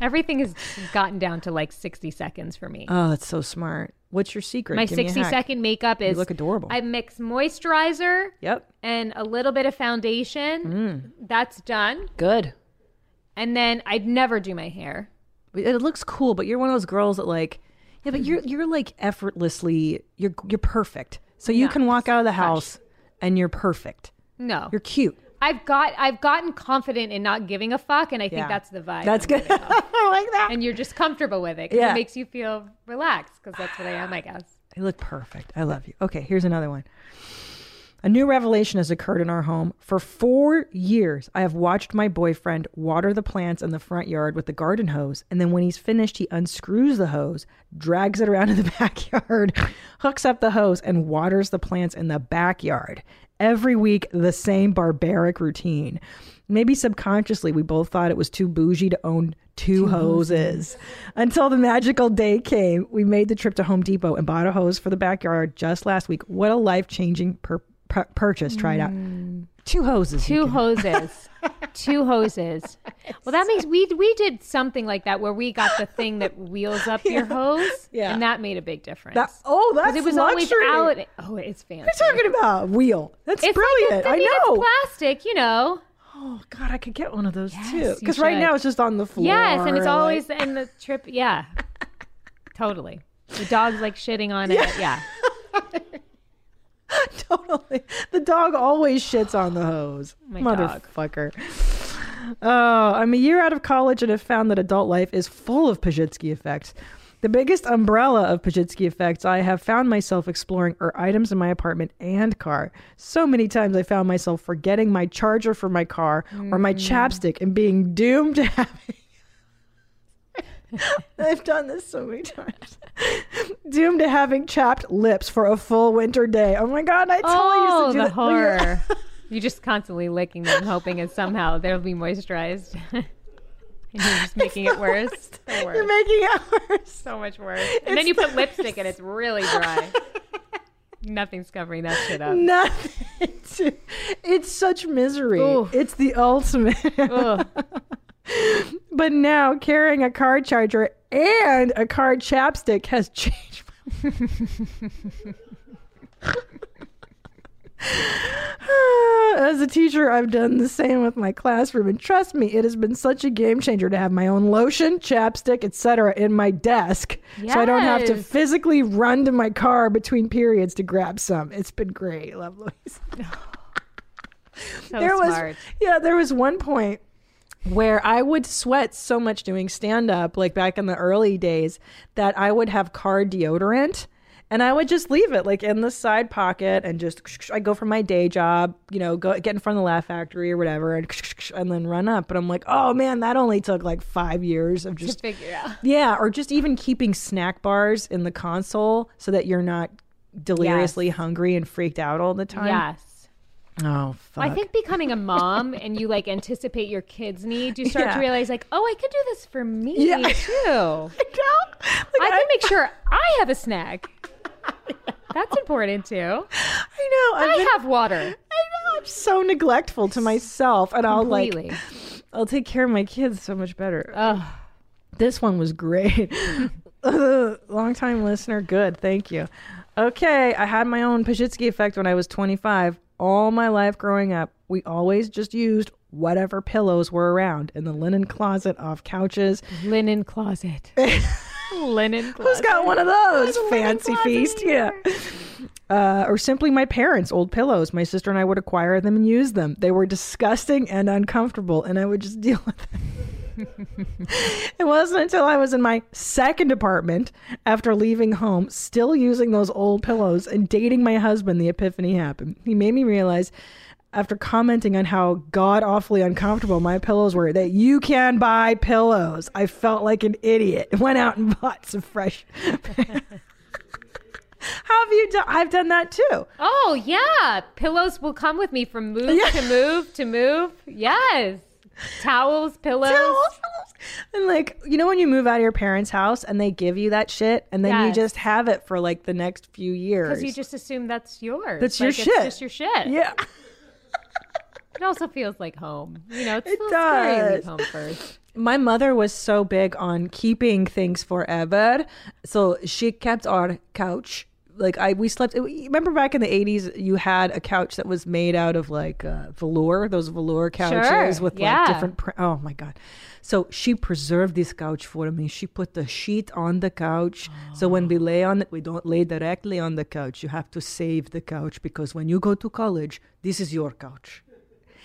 E: Everything has gotten down to like 60 seconds for me.
B: oh, that's so smart. What's your secret?
E: my
B: Give me a
E: 60
B: hack.
E: second makeup is
B: look adorable.
E: I mix moisturizer
B: Yep.
E: and a little bit of foundation.
B: Mm.
E: That's done.
B: Good.
E: And then I'd never do my hair.
B: It looks cool, but you're one of those girls that like, yeah, but you're you're like effortlessly. You're you're perfect. So you can walk out of the house and you're perfect.
E: No.
B: You're cute.
E: I've got I've gotten confident in not giving a fuck and I think
B: Yeah.
E: that's the vibe.
B: That's
E: I'm
B: good.
E: giving off.
B: I like that.
E: and you're just comfortable with it. 'cause
B: Yeah.
E: It makes you feel relaxed cuz that's what I am, I guess.
B: They look perfect. I love you. Okay, here's another one. A new revelation has occurred in our home. For four years, I have watched my boyfriend water the plants in the front yard with the garden hose, and then when he's finished, he unscrews the hose, drags it around in the backyard, hooks up the hose, and waters the plants in the backyard. Every week, the same barbaric routine. Maybe subconsciously, we both thought it was too bougie to own two hoses. Until the magical day came, we made the trip to Home Depot and bought a hose for the backyard just last week. What a life changing pur- pur- purchase! Try it out. Two hoses. you
E: Mm. Two
B: can-
E: hoses. Two hoses. Well, that makes we we did something like that where we got the thing that wheels up your hose,
B: Yeah.
E: and that made a big difference.
B: That- oh,
E: 'Cause
B: that's
E: it was
B: luxury.
E: always out. Oh, it's fancy.
B: What are you talking about? Wheel. That's
E: It's
B: brilliant.
E: Like a, I mean,
B: I know.
E: It's plastic, you know.
B: Oh God, I could get one of those too.
E: you
B: Because right
E: should.
B: now it's just on the floor.
E: Yes, and it's
B: like-
E: always and the trip. Yeah, totally. The dog's like shitting on it. Yeah,
B: totally. The dog always shits on the hose.
E: My dog.
B: Motherfucker. Oh, I'm a year out of college and have found that adult life is full of Pajitsky effects. The biggest umbrella of Pajitsky effects I have found myself exploring are items in my apartment and car. So many times I found myself forgetting my charger for my car or
E: Mm.
B: my chapstick and being doomed to having. I've done this so many times. doomed to having chapped lips for a full winter day. Oh my God, I totally
E: oh,
B: used to do
E: the
B: that.
E: horror. You're just constantly licking them, hoping that somehow they'll be moisturized. and you're just making it worse. The
B: You're
E: worst.
B: making it worse.
E: so much worse. and then you put lipstick and it's really dry. Nothing's covering that shit up.
B: nothing to it's such misery
E: Ooh.
B: it's the ultimate
E: Ugh.
B: but now carrying a car charger and a car chapstick has changed my As a teacher, I've done the same with my classroom, and trust me, it has been such a game changer to have my own lotion, chapstick, etc., in my desk, so I don't have to
E: Yes.
B: physically run to my car between periods to grab some. It's been great, love, Louise
E: So
B: there was
E: smart.
B: yeah there was one point where i would sweat so much doing stand up like back in the early days that i would have car deodorant and i would just leave it like in the side pocket and just i go from my day job you know go get in front of the laugh factory or whatever and, and then run up but i'm like oh man that only took like five years of just
E: Figure it out.
B: yeah, or just even keeping snack bars in the console so that you're not deliriously hungry and freaked out all the time.
E: Yes.
B: Oh, fuck.
E: I think becoming a mom and you like anticipate your kids' needs, you start
B: Yeah.
E: to realize like, oh, I could do this for me
B: Yeah.
E: too.
B: Like,
E: I
B: I-
E: can make sure I have a snack. That's important too.
B: I know. I've been-
E: I have water
B: I know. I'm so neglectful to myself, and I'll
E: completely.
B: like I'll take care of my kids so much better.
E: Ugh.
B: This one was great. Long time listener, good, thank you. Okay, I had my own Pajitsky effect when I was 25. All my life growing up, we always just used whatever pillows were around in the linen closet, off couches.
E: Linen closet. Linen closet.
B: Who's got one of those fancy feast? Yeah. Uh, or simply my parents' old pillows. My sister and I would acquire them and use them. They were disgusting and uncomfortable, and I would just deal with them. it wasn't until I was in my second apartment after leaving home, still using those old pillows and dating my husband, the epiphany happened. He made me realize. After commenting on how god awfully uncomfortable my pillows were, that you can buy pillows. I felt like an idiot. Went out and bought some fresh. How have you done? I've done that too.
E: Oh yeah, pillows will come with me from move to move to move. Yes, towels, pillows.
B: And like, you know, when you move out of your parents' house and they give you that shit, and then you
E: Yes.
B: just have it for like the next few years.
E: Because you just assume that's yours.
B: That's your
E: Like,
B: shit.
E: It's just your shit.
B: yeah,
E: It also feels like home. You know, it's
B: It
E: it does.
B: does.
E: Leave home first.
B: my mother was so big on keeping things forever, so she kept our couch. Like I, we slept. Remember back in the eighties, you had a couch that was made out of like uh, velour, those velour couches with
E: yeah.
B: like different. Pr- oh my god! So she preserved this couch for me. She put the sheet on the couch. So when we lay on it, we don't lay directly on the couch. You have to save the couch because when you go to college, this is your couch.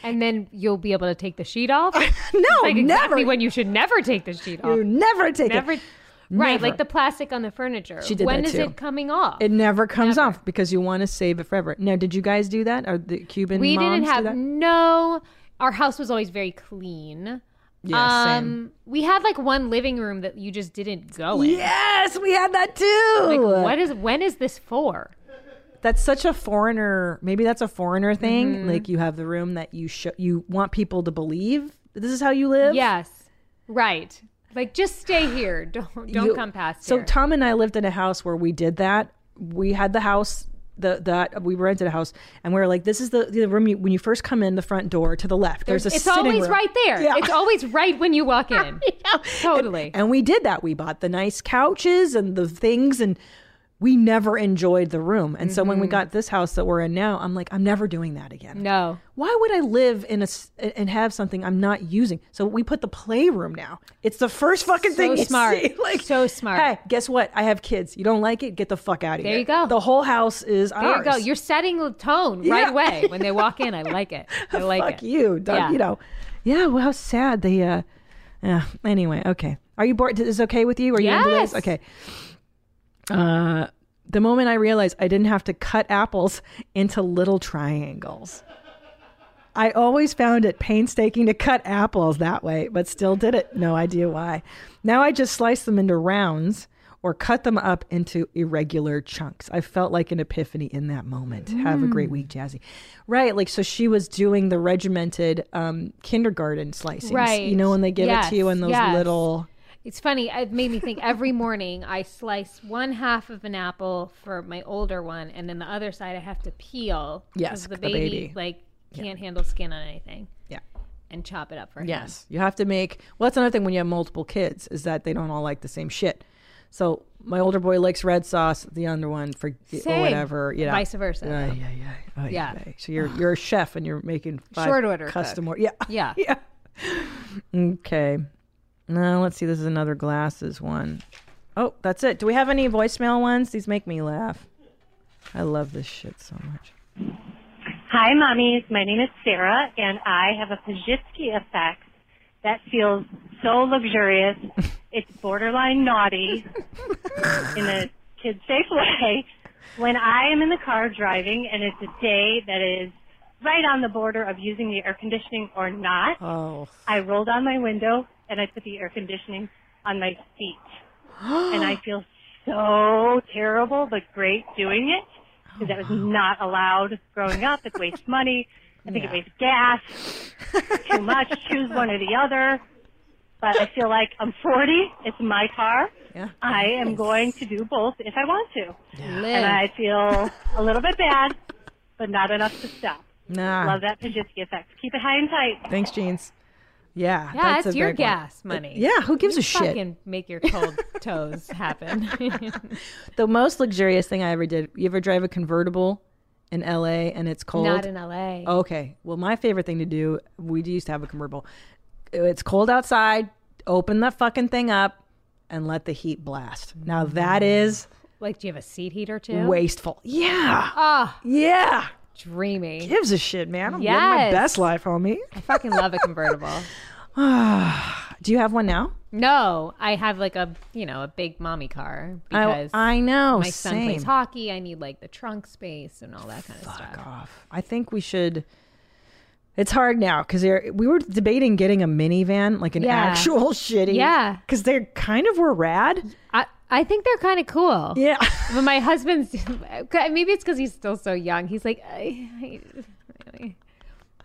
E: And then you'll be able to take the sheet off.
B: No,
E: like
B: never.
E: exactly when you should never take the sheet off.
B: You never take
E: Never.
B: it.
E: Right, like the plastic on the furniture.
B: She did
E: When
B: that
E: is
B: too.
E: it coming off?
B: It never comes off because you want to save it forever. Now, did you guys do that? Are the Cuban
E: we
B: moms
E: didn't
B: do
E: have
B: that?
E: no. Our house was always very clean. Um,
B: Yeah, same.
E: we had like one living room that you just didn't go in.
B: Yes, we had that too.
E: Like, what is when is this for?
B: that's such a foreigner. Maybe that's a foreigner thing.
E: Mm-hmm.
B: Like you have the room that you sh- you want people to believe that this is how you live.
E: Yes, right. Like just stay here. Don't don't
B: You-
E: come past
B: So
E: here.
B: Tom and I lived in a house where we did that. We had the house the that we rented a house, and we were like, this is the the room you, when you first come in the front door to the left. There's, a
E: it's
B: sitting
E: always
B: room.
E: right there.
B: Yeah.
E: It's always right when you walk in. Totally.
B: And we did that. We bought the nice couches and the things, and we never enjoyed the room. And so
E: Mm-hmm.
B: when we got this house that we're in now, I'm like, I'm never doing that again.
E: no.
B: Why would I live in a s- and have something I'm not using? So we put the playroom now. It's the first fucking thing you
E: smart.
B: see. Like
E: So smart.
B: Hey, guess what? I have kids. You don't like it? Get the fuck out of
E: There
B: here.
E: you go.
B: The whole house is
E: There you
B: ours.
E: go. You're setting the tone right
B: Yeah.
E: away when they walk in. I like it. I like
B: fuck
E: it.
B: you. Don't,
E: Yeah.
B: You know. Yeah. Well, how sad they. uh yeah. Anyway, okay. Are you bored? Is it okay with you? Are you into
E: Yes.
B: this? Okay. Uh, the moment I realized I didn't have to cut apples into little triangles. I always found it painstaking to cut apples that way, but still did it. No idea why. Now I just slice them into rounds or cut them up into irregular chunks. I felt like an epiphany in that moment. Have a
E: Hmm.
B: great week, Jazzy. Right, like so she was doing the regimented um, kindergarten slicings.
E: Right.
B: You know when they give it
E: Yes,
B: to you in those
E: yes.
B: little
E: It's funny. It made me think every morning I slice one half of an apple for my older one, and then the other side I have to peel. 'cause
B: Yes,
E: the
B: the
E: baby,
B: baby.
E: like can't handle skin on anything.
B: Yeah.
E: and chop it up for him.
B: Yes. You have to make well that's another thing when you have multiple kids is that they don't all like the same shit. So my older boy likes red sauce, the under one for
E: Same.
B: or whatever, you know.
E: Vice versa.
B: Yeah, yeah, yeah. Oh,
E: Yeah.
B: So you're you're a chef and you're making five
E: Short order
B: custom
E: cook.
B: order. Yeah.
E: Yeah.
B: Yeah. Okay. Now let's see. This is another glasses one. Oh, that's it. Do we have any voicemail ones? These make me laugh. I love this shit so much.
J: Hi, mommies. My name is Sarah, and I have a Pajitsky effect that feels so luxurious. It's borderline naughty in a kid safe way. When I am in the car driving and it's a day that is right on the border of using the air conditioning or not,
B: Oh,
J: I roll down my window and I put the air conditioning on my feet. and I feel so terrible, but great doing it because that was not allowed growing up. It wastes money. I think it wastes gas. Too much. Choose one or the other. But I feel like I'm 40. It's my car.
B: Yeah.
J: I am going to do both if I want to. And
E: Live.
J: I feel a little bit bad, but not enough to stop.
B: nah.
J: Love that Pajitsky effect. Keep it high and tight.
B: Thanks, jeans. Yeah.
E: Yeah,
B: that's
E: it's
B: a
E: your
B: big one.
E: gas money.
B: Yeah, who gives
E: you
B: a shit?
E: Fucking make your cold toes happen.
B: The most luxurious thing I ever did. You ever drive a convertible in LA and it's cold?
E: Not in LA.
B: Okay. Well, my favorite thing to do, we used to have a convertible. It's cold outside. Open the fucking thing up and let the heat blast. Now that
E: Mm.
B: is
E: Like, do you have a seat heater too?
B: wasteful. Yeah.
E: Ah,
B: Yeah.
E: dreamy.
B: Gives a shit, man. I'm living my
E: Yes.
B: best life, homie.
E: I fucking love a convertible.
B: Do you have one now?
E: No, I have like a you know a big mommy car
B: I,
E: because
B: I know.
E: my son
B: same.
E: plays hockey. I need like the trunk space and all that kind of stuff.
B: off. I think we should. It's hard now because we were debating getting a minivan, like an
E: Yeah.
B: actual shitty.
E: Yeah.
B: because they're kind of were rad.
E: I I think they're kind of cool.
B: Yeah,
E: But my husband's maybe it's because he's still so young. He's like, I, I,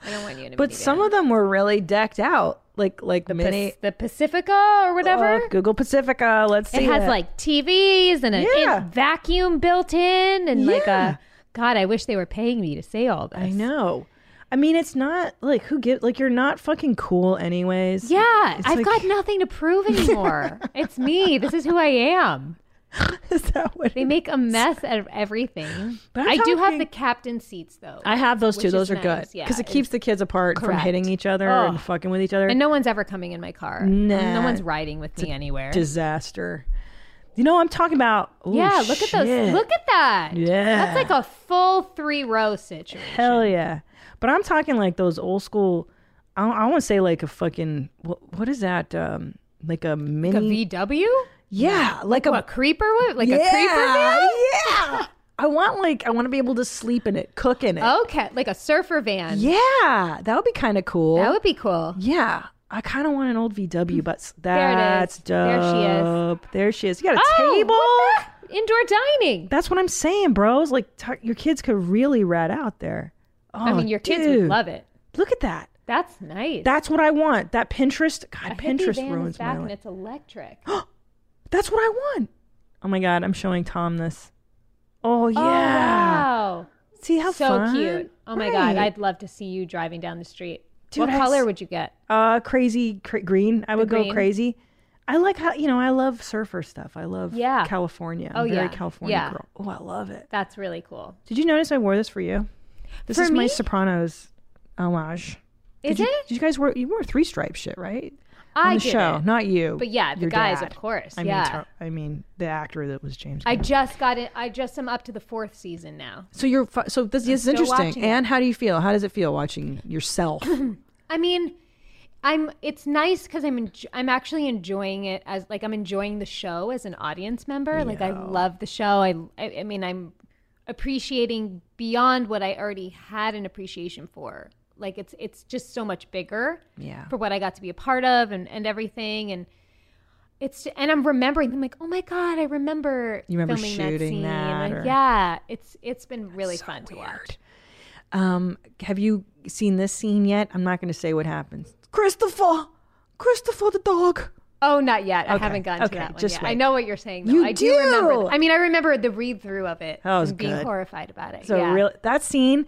E: I don't want you to.
B: but some of them were really decked out, like like
E: the
B: mini
E: Pas- the Pacifica or whatever.
B: uh, Google Pacifica. Let's see,
E: it has
B: that.
E: like TVs and a in-
B: Yeah.
E: vacuum built in and like
B: Yeah.
E: a. God, I wish they were paying me to say all this.
B: I know. I mean, it's not like who give like you're not fucking cool anyways.
E: Yeah,
B: It's
E: I've
B: like-
E: got nothing to prove anymore. it's me. This is who I am.
B: is that what?
E: They make a mess out of everything.
B: But I'm
E: I do have
B: talking-
E: the captain seats though.
B: I have those
E: which
B: two.
E: is
B: Those are
E: nice.
B: good
E: Yeah,
B: because it
E: it's-
B: keeps the kids apart from
E: Correct.
B: hitting each other and
E: Ugh.
B: fucking with each other.
E: And no one's ever coming in my car. Um,
B: Nah.
E: No one's riding with me anywhere.
B: disaster. You know, I'm talking about. Ooh,
E: yeah, look at those.
B: shit.
E: Look at that.
B: Yeah.
E: That's like a full three row situation.
B: Hell yeah! But I'm talking like those old school. I, I want to say like a fucking what, what is that? Um, like a mini.
E: Like a VW?
B: Yeah, like a
E: What creeper? What like
B: yeah,
E: a creeper van?
B: Yeah. I want like I want to be able to sleep in it, cook in it.
E: Okay, like a surfer van.
B: Yeah, that would be kind of cool.
E: That would be cool.
B: yeah. I kind of want an old VW, but s-
E: it
B: that's
E: is. There she is.
B: dope. There she is. You got a
E: Oh,
B: table.
E: what's that? Indoor dining.
B: That's what I'm saying, bros. Like t- your kids could really rat out there. Oh,
E: I mean, your kids
B: dude.
E: would love it.
B: Look at that.
E: That's nice.
B: That's what I want. That Pinterest. God,
E: a hippie
B: Pinterest
E: van
B: ruins
E: is back
B: my
E: and
B: life.
E: it's electric.
B: That's what I want. Oh my god, I'm showing Tom this. Oh
E: Oh,
B: yeah.
E: wow.
B: See how
E: Oh, so
B: fun?
E: cute. Oh my god,
B: Right.
E: I'd love to see you driving down the street.
B: Dude,
E: what
B: I
E: color
B: s-
E: would you get?
B: Uh, crazy cra- green. I would go
E: green.
B: crazy. I like how you know I love surfer stuff. I love
E: Yeah.
B: California. I'm
E: Oh,
B: very
E: yeah.
B: California
E: Yeah.
B: girl. Oh, I love it.
E: That's really cool.
B: Did you notice I wore this for you? This
E: For
B: is my
E: me?
B: Sopranos homage.
E: Is
B: did you,
E: it?
B: Did you guys wear you wore three stripe shit right on
E: I
B: the
E: did
B: show?
E: it.
B: Not you,
E: But yeah, the
B: your
E: guys,
B: dad.
E: of course.
B: I
E: yeah.
B: mean, Tom- I mean the actor that was James.
E: I
B: Caan.
E: just got it. I just am up to the fourth season now.
B: so you're fu- so this, this is
E: still
B: interesting.
E: watching it.
B: And how do you feel? How does it feel watching yourself?
E: I mean, I'm. It's nice because I'm. Enj- I'm actually enjoying it as like I'm enjoying the show as an audience member. Like I love the show. I, I. I mean, I'm appreciating beyond what I already had an appreciation for. Like it's. It's just so much bigger.
B: Yeah.
E: For what I got to be a part of and and everything and. It's and I'm remembering. I'm like, oh my god, I remember.
B: You remember
E: filming
B: shooting
E: scene.
B: that,
E: Like,
B: or-
E: yeah, it's it's been really fun to watch.
B: Um, have you seen this scene yet? I'm not going to say what happens. Christopher, Christopher the dog.
E: Oh, not yet. I
B: Okay.
E: haven't gotten
B: Okay.
E: to that one
B: Just
E: yet.
B: wait.
E: I know what you're saying. Though.
B: You
E: I do, remember.
B: do.
E: th- I mean, I remember the read through of it.
B: That was
E: and being
B: good.
E: horrified about it.
B: So
E: yeah.
B: real that scene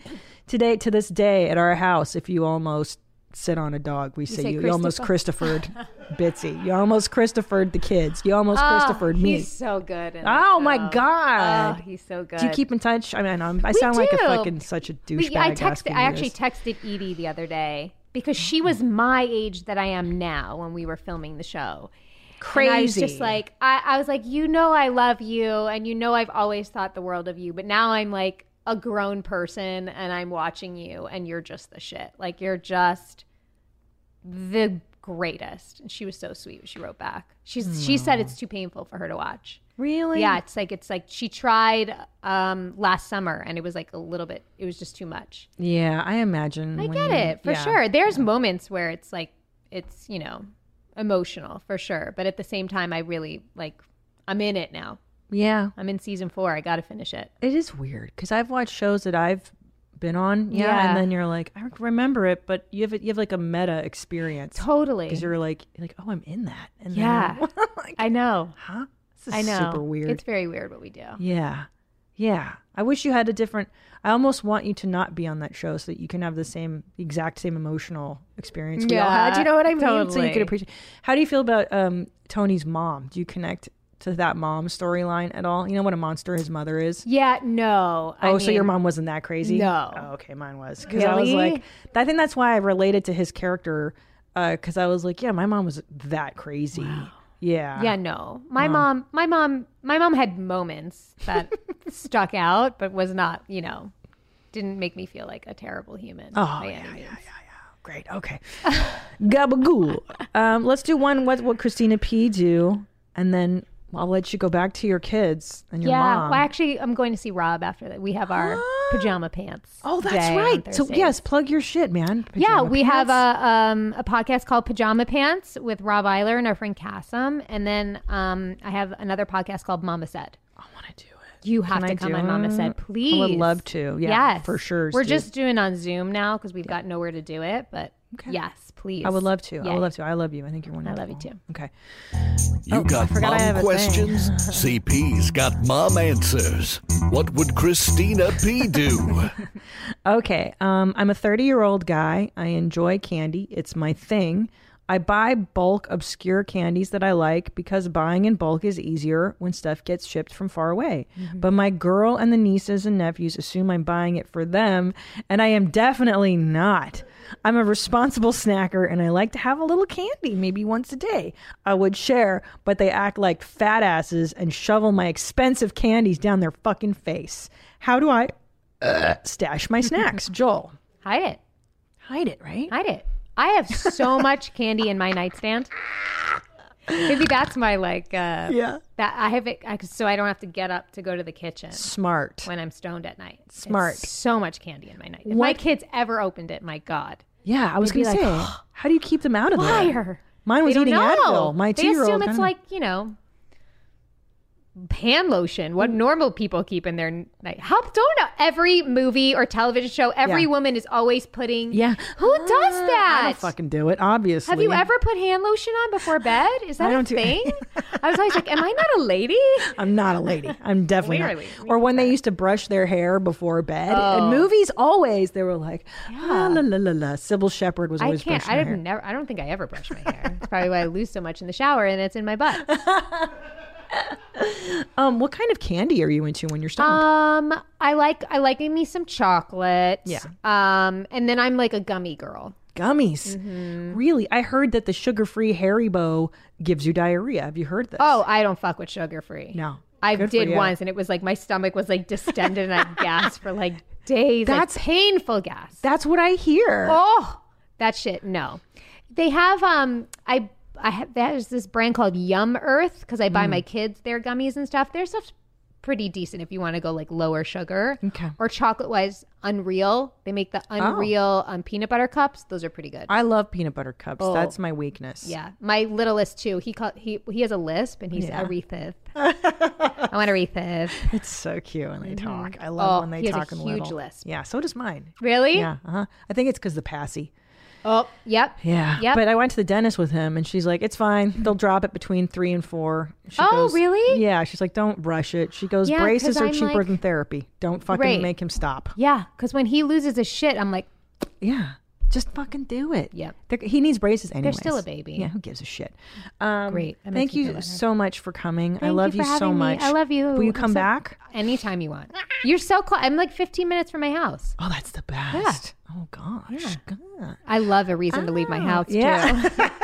B: today to this day at our house. If you almost sit on a dog, we say,
E: say
B: you, you almost Christophered Bitsy. You almost Christophered the kids. You almost Christophered me.
E: Oh, He's so good. in
B: Oh
E: that
B: my
E: show.
B: God.
E: Oh, he's so good.
B: Do you keep in touch? I mean, I'm, I sound like a
E: do.
B: fucking such a
E: We-
B: douchebag.
E: I
B: asking
E: texted. I
B: you
E: actually
B: this.
E: texted Edie the other day because she was my age that I am now when we were filming the show. And I was
B: Crazy.
E: just like, I, I was like, you know, I love you, and you know, I've always thought the world of you, but now I'm like a grown person, and I'm watching you, and you're just the shit. Like you're just the greatest. And she was so sweet. when She wrote back. She's she said it's too painful for her to watch.
B: really.
E: Yeah, it's like it's like she tried um last summer, and it was like a little bit. It was just too much.
B: Yeah, I imagine.
E: I get it for sure. There's moments where it's like it's you know emotional for sure, but at the same time, I really like I'm in it now.
B: Yeah,
E: I'm in season four. I got to finish it.
B: It is weird because I've watched shows that I've been on, yeah,
E: Yeah.
B: and then you're like, I remember it, but you have you have like a meta experience
E: Totally.
B: because you're like, you're like, oh, I'm in that, and then
E: Yeah.
B: you're like,
E: I know.
B: huh? This is
E: I know.
B: super weird.
E: It's very weird what we do.
B: yeah, yeah. I wish you had a different. I almost want you to not be on that show so that you can have the same exact same emotional experience we all had.
E: Yeah,
B: You know what I mean? So you
E: totally.
B: could appreciate. How do you feel about um, Tony's mom? Do you connect to that mom storyline at all? You know what a monster his mother is.
E: Yeah. No. I
B: Oh, so your
E: mean,
B: mom wasn't that crazy?
E: No.
B: Oh, okay, mine was because I was
E: Really?
B: like, I think that's why I related to his character because I was like, yeah, my mom was that crazy. Yeah.
E: Yeah, no. My mom, my mom, my mom had moments that stuck out, but was not, you know, didn't make me feel like a terrible human.
B: Oh,
E: by
B: yeah,
E: any
B: yeah,
E: means.
B: yeah, yeah. Great. Okay. Gabagool. Um, let's do one. What what Christina P do, and then I'll let you go back to your kids and your
E: Yeah,
B: mom.
E: well, actually, I'm going to see Rob after that. We have our pajama pants.
B: oh,
E: day
B: that's
E: on
B: right. So
E: Thursdays.
B: yes, plug your shit, man.
E: yeah,
B: Pajama
E: we have
B: pants.
E: a um, a podcast called Pajama Pants with Rob Eiler and our friend Cassim, and then um, I have another podcast called Mama Said.
B: I want to do it.
E: You have
B: Can
E: to
B: I
E: come
B: do
E: on Mama Said,
B: it?
E: please.
B: I would love to. Yeah,
E: yes,
B: for sure.
E: We're
B: Steve.
E: just doing on Zoom now because we've got nowhere to do it, but yes, please.
B: I would love to. I
E: Yeah.
B: would love to. I love you. I think you're wonderful.
E: love you too.
B: Okay.
C: You got
B: forgot Oh, I have
C: mom
B: a
C: questions? CP's got mom answers. What would Christina P do?
B: Okay. Um, I'm a 30 year old guy. I enjoy candy. It's my thing. I buy bulk obscure candies that I like because buying in bulk is easier when stuff gets shipped from far away. But my girl and the nieces and nephews assume I'm buying it for them, and I am definitely not. I'm a responsible snacker and I like to have a little candy maybe once a day. I would share, but they act like fat asses and shovel my expensive candies down their fucking face. How do I stash my snacks. Joel,
E: Hide it.
B: hide it, right?
E: Hide it. I have so much candy in my nightstand. Maybe that's my like. Uh,
B: Yeah.
E: That I have it I, so I don't have to get up to go to the kitchen
B: Smart.
E: when I'm stoned at night. It's
B: Smart.
E: so much candy in my night. If my kids ever opened it, my God.
B: Yeah, I was
E: They'd be
B: going to say,
E: like,
B: how do you keep them out of there?
E: Liar.
B: Mine
E: They
B: was
E: don't
B: eating
E: know.
B: Advil. My
E: they
B: two-year-old
E: assume it's
B: kinda-
E: like you know, hand lotion.
B: Mm.
E: What normal people keep in their night. How don't know. every movie or television show, every
B: Yeah.
E: woman is always putting.
B: yeah.
E: Who does
B: Uh,
E: that?
B: I don't fucking do it. Obviously.
E: Have you ever put hand lotion on before bed? Is
B: I
E: that a
B: don't do-
E: thing? I was always like, am I not a lady?
B: I'm not a lady. I'm definitely not.
E: Clearly.
B: Or when they used to brush their hair before bed.
E: Oh.
B: In movies, always they were like, ah, la la la la. Sybil Shepherd was
E: I
B: always
E: can't.
B: brushing her
E: I have
B: hair.
E: never. I don't think I ever brush my hair. That's probably why I lose so much in the shower, and it's in my butt.
B: Um, what kind of candy are you into when you're stoned?
E: Um, I like I like me some chocolate.
B: Yeah.
E: Um, and then I'm like a gummy girl.
B: Gummies.
E: mm-hmm.
B: Really? I heard that the sugar-free Haribo gives you diarrhea. Have you heard this?
E: Oh, I don't fuck with sugar free.
B: no.
E: I
B: Good for
E: did
B: you.
E: once, and it was like my stomach was like distended, and I gasped for like days. That's
B: That's-
E: painful gas.
B: That's what I hear.
E: oh, that shit. No, they have um, I I have there's this brand called Yum Earth because I
B: Mm.
E: buy my kids their gummies and stuff. Their stuff's pretty decent if you want to go like lower sugar.
B: Okay. Oh.
E: Or chocolate wise, Unreal. They make the Unreal um, peanut butter cups. Those are pretty good.
B: I love peanut butter cups. That's my weakness.
E: Yeah, my littlest too. He call, he he has a lisp and he's a Arethith. I want Arethith.
B: It's so cute when they talk. I love
E: Oh,
B: when they
E: he has a
B: talk and
E: huge
B: little.
E: lisp.
B: Yeah, so does mine.
E: Really?
B: Yeah, uh-huh. I think it's because the passy.
E: Oh, yep.
B: Yeah.
E: Yep.
B: But I went to the dentist with him, and she's like, "It's fine. They'll drop it between three and four. She
E: Oh,
B: goes-
E: really?
B: Yeah. She's like, "Don't rush it." She goes,
E: Yeah, 'cause
B: "Braces are
E: I'm
B: cheaper
E: like-
B: than therapy. Don't fucking
E: Right.
B: make him stop."
E: yeah, because when he loses his shit, I'm like,
B: Yeah. Just fucking do it.
E: Yep.
B: They're, he needs braces anyway.
E: still a baby.
B: Yeah. Who gives a shit? Um,
E: Great. That makes
B: Thank
E: me feel
B: you
E: better.
B: so much for coming. I
E: you
B: love
E: for
B: you, so
E: having me.
B: much.
E: I love you.
B: Will you
E: I'm
B: come
E: so-
B: back?
E: anytime you want. You're so close. I'm like 15 minutes from my house.
B: Oh, that's the best. Oh gosh. God.
E: I love a reason to leave my house too.
B: Oh, Yeah.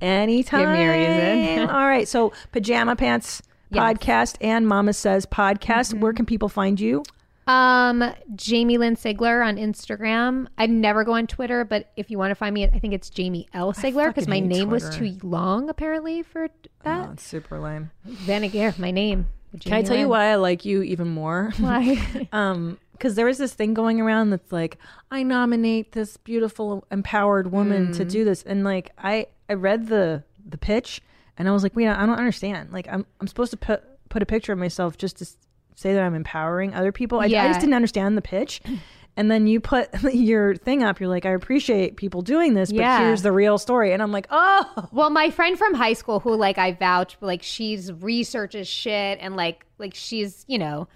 B: Anytime.
E: Give me a reason.
B: All right. So pajama pants podcast and Mama Says podcast. Where
E: Mm-hmm.
B: can people find you?
E: Um, Jamie Lynn Sigler on Instagram. I never go on Twitter, but if you want to find me, I think it's Jamie L Sigler because
B: fucking
E: my
B: hate
E: name was
B: Twitter.
E: too long apparently for that.
B: That's Oh, super lame.
E: Then again, my name.
B: Can I tell you why I like you even more?
E: Why?
B: um, because there is this thing going around that's like, I nominate this beautiful, empowered woman
E: Mm.
B: to do this, and like, I I read the the pitch, and I was like, wait, I don't understand. Like, I'm I'm supposed to put put a picture of myself just to s- say that I'm empowering other people. I, I
E: Yeah.
B: just didn't understand the pitch. And then you put your thing up. You're like, I appreciate people doing this, but
E: Yeah.
B: here's the real story. And I'm like, oh,
E: Well, my friend from high school who like I vouch like she's researches shit and like like she's, you know,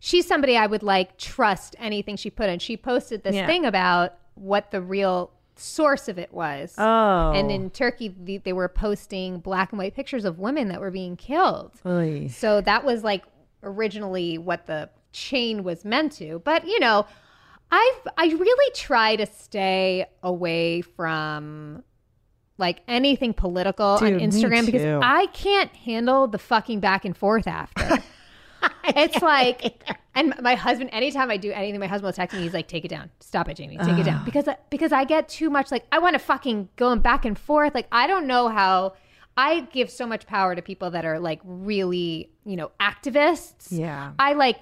E: she's somebody I would like trust anything she put in. She posted this
B: Yeah.
E: thing about what the real source of it was.
B: oh,
E: And in Turkey, the, they were posting black and white pictures of women that were being killed.
B: Oy.
E: So that was like originally what the chain was meant to. But you know, I've I really try to stay away from like anything political
B: Dude, me
E: on Instagram
B: too.
E: because I can't handle the fucking back and forth after. It's like, and my husband. Anytime I do anything, my husband will text me. He's like, "Take it down, stop it, Jamie, take it down," because I- because I get too much. Like, I want to fucking going back and forth. Like, I don't know how. I give so much power to people that are like really, you know, activists.
B: Yeah.
E: I like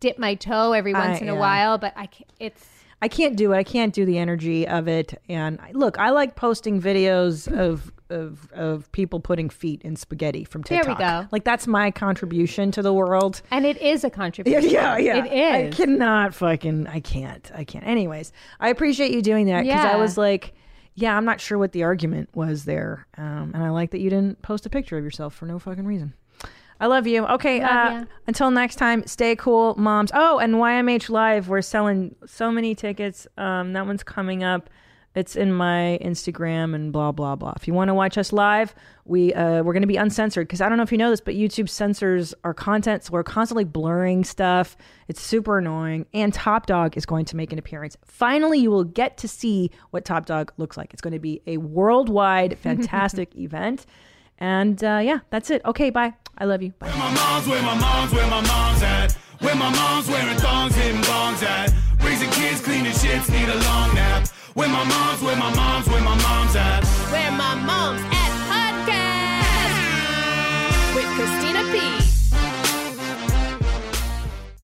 E: dip my toe every once
B: I-
E: in a
B: yeah.
E: while, but I can't, it's
B: I can't do it. I can't do the energy of it. And I- look, I like posting videos of of of people putting feet in spaghetti from
E: There we
B: TikTok.
E: go.
B: Like that's my contribution to the world.
E: and it is a
B: Yeah,
E: contribution.
B: yeah, yeah.
E: It
B: I
E: is.
B: cannot fucking. I can't. I can't. Anyways, I appreciate you doing that because I
E: Yeah.
B: was like, yeah, I'm not sure what the argument was there, um, and I like that you didn't post a picture of yourself for no fucking reason. I love you. Okay. uh,
E: ya.
B: Until next time, stay cool, moms. Oh, and YMH Live, we're selling so many tickets. Um, that one's coming up. It's in my Instagram and blah blah blah. If you want to watch us live, we uh, we're going to be uncensored because I don't know if you know this, but YouTube censors our content, so we're constantly blurring stuff. It's super annoying. And Top Dog is going to make an appearance. Finally, you will get to see what Top Dog looks like. It's going to be a worldwide, fantastic event. And uh, yeah, that's it. Okay, bye. I love you. Bye.
C: Where my mom's, where my mom's, where my mom's at. Where my mom's wearing thongs, hitting bongs at. Raising kids, cleaning shits, need a long nap. Where my mom's, where my mom's, where my mom's at.